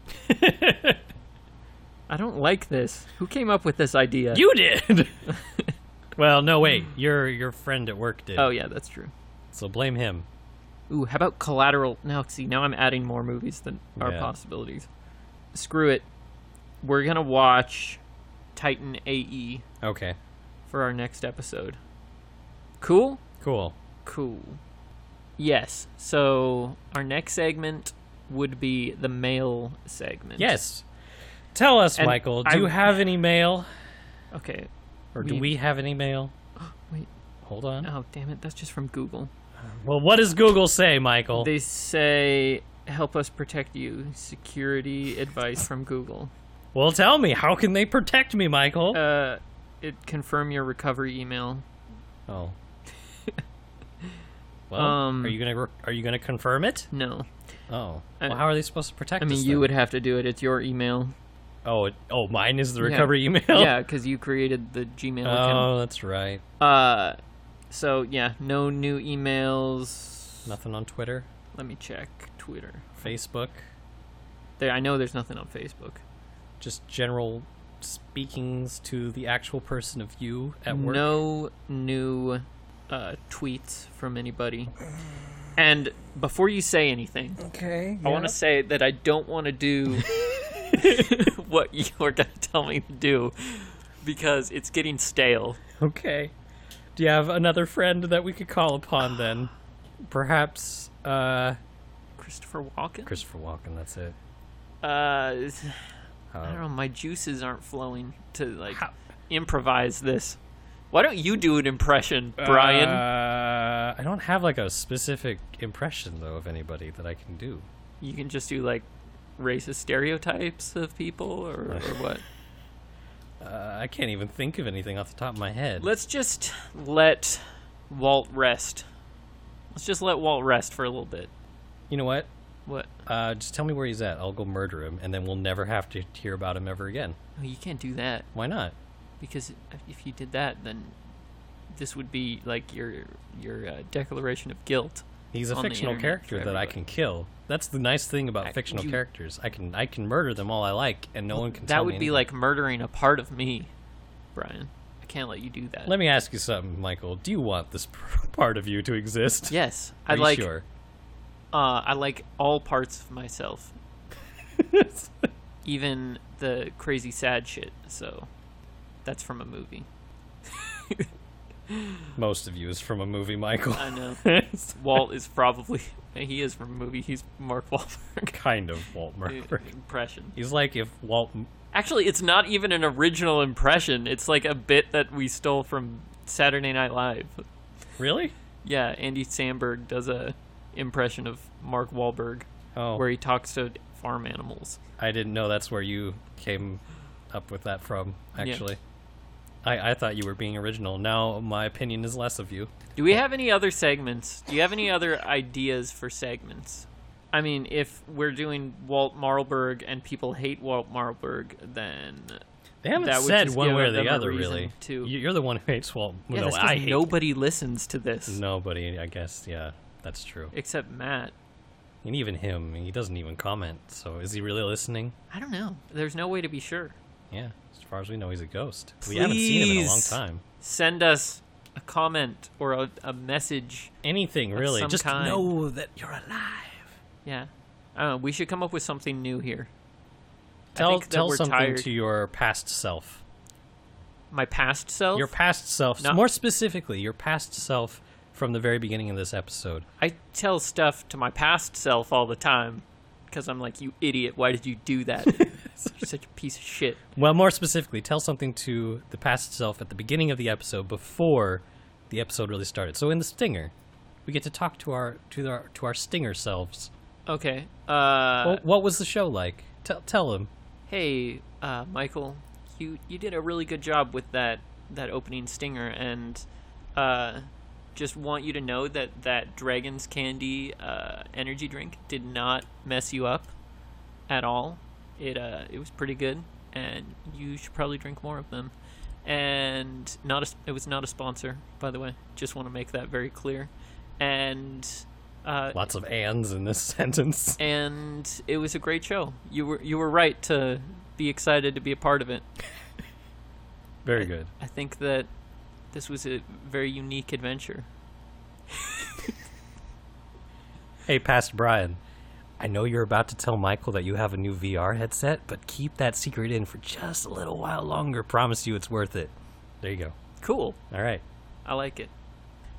S2: I don't like this. Who came up with this idea?
S1: You did. well, no, wait. Your your friend at work did.
S2: *laughs* Oh yeah, that's true.
S1: So blame him.
S2: Ooh, how about Collateral? Now, see, now I'm adding more movies than our
S1: Yeah.
S2: possibilities. Screw it. We're gonna watch Titan E. AE
S1: Okay.
S2: for our next episode. Cool.
S1: Cool.
S2: Cool. Yes. So our next segment would be the mail segment.
S1: Yes. Tell us,
S2: And
S1: Michael. Do
S2: I-
S1: you have any mail,
S2: Okay.
S1: or do
S2: We-
S1: we have any mail?
S2: *gasps* Wait.
S1: Hold on.
S2: Oh, damn it. That's just from Google.
S1: Well, what does Google say, Michael?
S2: They say, help us protect you. Security advice from Google.
S1: well, tell me. How can they protect me, Michael?
S2: Uh, it confirm your recovery email. *laughs*
S1: oh. Well,
S2: um,
S1: are you gonna re- are you gonna confirm it?
S2: No.
S1: Oh,
S2: Uh,
S1: well, how are they supposed to protect?
S2: I
S1: us
S2: mean, you
S1: then?
S2: would have to do it. It's
S1: *laughs*
S2: your email.
S1: Oh, it, oh, mine is the
S2: Yeah.
S1: recovery email.
S2: Yeah, because you created the Gmail account.
S1: *laughs* Oh, that's right.
S2: Uh, so, yeah, no new emails.
S1: Nothing on Twitter,
S2: Let me check Twitter.
S1: Facebook,
S2: There, I know there's nothing on Facebook.
S1: just general speakings to the actual person of you at work.
S2: No new uh, tweets from anybody. And before you say anything,
S1: Okay.
S2: I want to say that I don't want
S1: *laughs*
S2: to do what you're going to tell me to do because it's getting stale.
S1: Okay. Do you have another friend that we could call upon then? Perhaps uh
S2: Christopher Walken?
S1: Christopher Walken, that's it.
S2: Uh, it's-
S1: Uh,
S2: I don't know. My juices aren't flowing to like
S1: How-
S2: improvise this. Why don't you do an impression, Brian?
S1: Uh, I don't have like a specific impression though of anybody that I can do.
S2: you can just do like racist stereotypes of people or,
S1: *laughs*
S2: or what?
S1: Uh, I can't even think of anything off the top of my head.
S2: Let's just let Walt rest. Let's just let Walt rest for a little bit.
S1: you know what?
S2: What?
S1: Uh, just tell me where he's at. I'll go murder him, and then we'll never have to hear about him ever again.
S2: Oh, you can't do that
S1: Why not?
S2: because if you did that, then this would be like your your uh, declaration of guilt.
S1: He's a
S2: On the
S1: fictional
S2: internet for
S1: character that I
S2: everybody.
S1: can kill. That's the nice thing about
S2: I-
S1: fictional
S2: you-
S1: characters. I can I can murder them all I like, and no one can.
S2: That
S1: tell
S2: would
S1: me
S2: be
S1: anything.
S2: like murdering a part of me, Brian. I can't let you do that.
S1: Let me ask you something, Michael. Do you want this *laughs* part of you to exist?
S2: yes,
S1: Are
S2: I
S1: you
S2: like
S1: Sure. *laughs*
S2: uh, I like all parts of myself, even the crazy sad shit. So that's from a movie.
S1: Most of you is from a movie, Michael.
S2: I know.
S1: *laughs* It's
S2: *laughs* Walt is probably he is from a movie. He's Mark *laughs* Wahlberg
S1: kind of Walt Murphy.
S2: impression.
S1: He's like if Walt.
S2: Actually, it's not even an original impression. It's like a bit that we stole from Saturday Night Live.
S1: Really?
S2: Yeah, Andy Samberg does a impression of Mark Wahlberg
S1: Oh,
S2: where he talks to farm animals.
S1: I didn't know that's where you came up with that from. Actually, I I thought you were being original. Now my opinion is less of you.
S2: Do we have any other segments? Do you have any other ideas for segments? I mean, if we're doing Walt Marlberg and people hate Walt Marlberg, then
S1: They haven't
S2: That would
S1: said
S2: just
S1: one
S2: give
S1: way or the
S2: them a
S1: other,
S2: reason
S1: really.
S2: to-
S1: You- You're the one who hates Walt.
S2: yeah,
S1: no,
S2: that's 'cause
S1: I hate
S2: nobody listens to this.
S1: nobody. I guess, yeah, that's true.
S2: except Matt.
S1: And even him, he doesn't even comment. So is he really listening?
S2: I don't know. There's no way to be sure.
S1: Yeah, as far as we know, he's a ghost. We haven't seen him in a long
S2: Please.
S1: time.
S2: Send us a comment or a, a message.
S1: Anything really.
S2: some
S1: Just
S2: kind.
S1: know that you're alive.
S2: Yeah, I don't know. We should come up with something new here.
S1: Tell
S2: think that
S1: tell
S2: we're
S1: something
S2: tired.
S1: to your past self.
S2: My past self.
S1: Your past self,
S2: No.
S1: more specifically, your past self from the very beginning of this episode.
S2: I tell stuff to my past self all the time because I'm like, you idiot! Why did you
S1: *laughs*
S2: do that? You're such a piece of shit.
S1: Well, more specifically, tell something to the past self at the beginning of the episode before the episode really started. So in the stinger, we get to talk to our to our to our stinger selves.
S2: Okay. Uh,
S1: Well, what was the show like? Tell tell them.
S2: hey, uh, Michael, you you did a really good job with that that opening stinger, and uh, just want you to know that that Dragon's Candy uh, energy drink did not mess you up at all. It uh, it was pretty good, and you should probably drink more of them. And not a, s- it was not a sponsor, by the way. Just want to make that very clear. And uh,
S1: Lots of ands in this *laughs* sentence.
S2: and it was a great show. You were you were right to be excited to be a part of it.
S1: Very good.
S2: I think that this was a very unique adventure.
S1: Hey, past Brian. I know you're about to tell Michael that you have a new VR headset, but keep that secret in for just a little while longer. Promise you it's worth it. There you go.
S2: Cool.
S1: All right.
S2: I like it.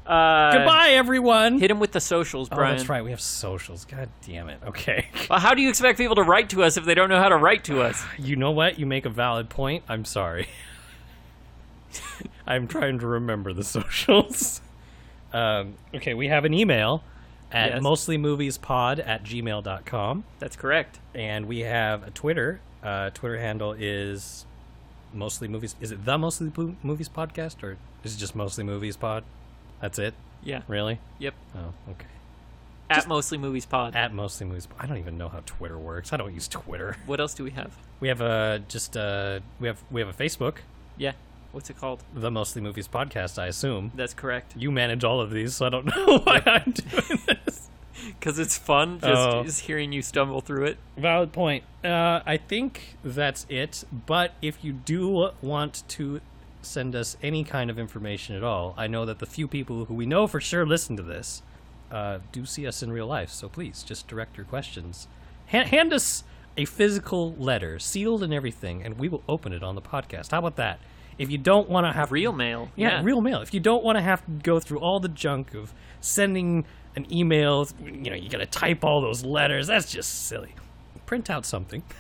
S2: Uh,
S1: Goodbye, everyone.
S2: Hit him with the socials,
S1: oh,
S2: Brian.
S1: that's right. We have socials. God damn it. Okay. *laughs*
S2: Well, how do you expect people to write to us if they don't know how to write
S1: *sighs*
S2: to us?
S1: you know what? You make a valid point. I'm sorry. *laughs* I'm trying to remember the *laughs* socials. Um, okay, we have an email at
S2: Yes.
S1: mostlymoviespod at gmail.com.
S2: That's correct.
S1: and we have a Twitter. Uh, Twitter handle is mostly movies. Is it the mostly Mo- movies podcast, or is it just mostly movies pod? That's it,
S2: Yeah.
S1: really?
S2: Yep.
S1: Oh, okay.
S2: At mostly movies pod.
S1: At mostly movies. Pod. I don't even know how Twitter works. I don't use Twitter. *laughs*
S2: what else do we have?
S1: We have a just uh we have we have a Facebook,
S2: Yeah. What's it called?
S1: the mostly movies podcast. I assume
S2: That's
S1: *laughs*
S2: correct.
S1: you manage all of these, so I don't *laughs* know why I'm doing this.
S2: Because it's fun just,
S1: Oh.
S2: just hearing you stumble through it.
S1: Valid point. Uh, I think that's it. But if you do want to send us any kind of information at all, I know that the few people who we know for sure listen to this uh, do see us in real life. So please just direct your questions. Ha- hand us a physical letter, sealed and everything, and we will open it on the podcast. How about that? If you don't want to have
S2: Real mail.
S1: yeah, real mail. If you don't want to have to go through all the junk of sending an email, you know, you got to type all those letters. That's just silly. Print out something,
S2: *laughs* Then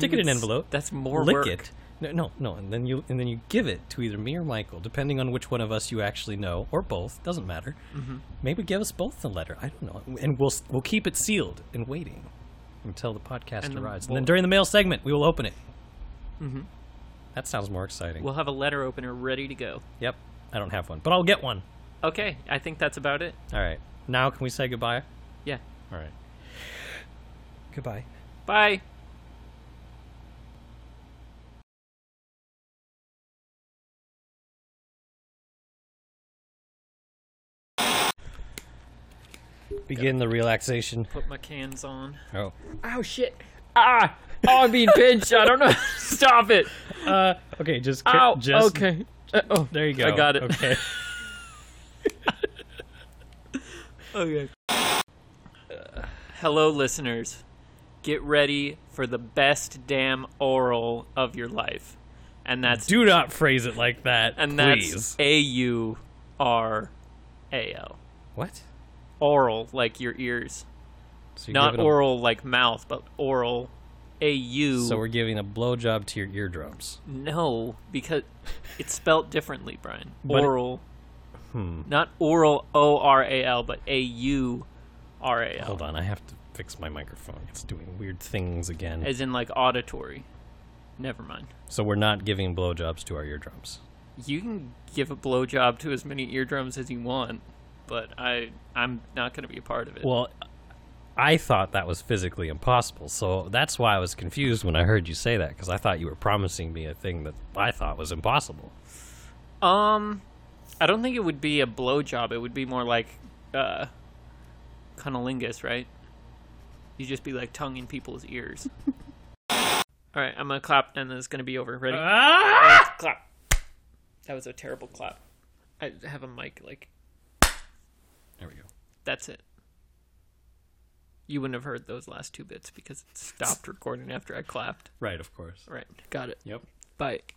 S1: stick it in
S2: you would
S1: an
S2: s-
S1: envelope,
S2: That's more
S1: lick
S2: work.
S1: it. No, no, no, and then you and then you give it to either me or Michael, depending on which one of us you actually know, or both. Doesn't matter.
S2: Mm-hmm.
S1: Maybe give us both the letter. I don't know, and we'll s- we'll keep it sealed and waiting until the podcast
S2: And then
S1: arrives.
S2: we'll-
S1: and then during the mail segment, we will open it.
S2: Mhm.
S1: That sounds more exciting.
S2: We'll have a letter opener ready to go.
S1: Yep. I don't have one, but I'll get one.
S2: Okay, I think that's about it.
S1: All right. Now can we say goodbye?
S2: Yeah.
S1: All right. Goodbye.
S2: Bye.
S1: Begin the relaxation.
S2: Put my cans on.
S1: Oh.
S2: Oh shit. Ah! Oh, I'm being pinched. I don't know. *laughs* Stop it.
S1: Uh okay, just ki- *laughs*
S2: Ow.
S1: just
S2: okay. Uh, oh.
S1: There you go.
S2: I got it.
S1: Okay.
S2: Okay. Hello, listeners. Get ready for the best damn oral of your life, and that's
S1: Do not phrase it like that.
S2: and
S1: please.
S2: that's a u r a l
S1: What?
S2: oral like your ears,
S1: So you
S2: not
S1: give it a-
S2: oral like mouth, but oral a u.
S1: So we're giving a blowjob to your eardrums.
S2: No, because it's spelt differently, Brian.
S1: But it- Hmm.
S2: Oral. Not oral O R A L, but A U R A L.
S1: Hold on, I have to fix my microphone. It's doing weird things again.
S2: As in like auditory. Never mind.
S1: so we're not giving blowjobs to our eardrums.
S2: You can give a blowjob to as many eardrums as you want, but I I'm not gonna be a part of it.
S1: Well, I thought that was physically impossible, so that's why I was confused when I heard you say that because I thought you were promising me a thing that I thought was impossible.
S2: um I don't think it would be a blowjob, it would be more like uh cunnilingus, right? You just be like tongue in people's ears. Alright, I'm gonna
S1: Uh,
S2: Ah! clap and then it's gonna be over. Ready? Clap. That was a terrible clap. I have a mic like
S1: There we go.
S2: that's it. You wouldn't have heard those last two bits because it stopped recording after I clapped.
S1: Right, of course.
S2: Right. Got it.
S1: Yep.
S2: Bye.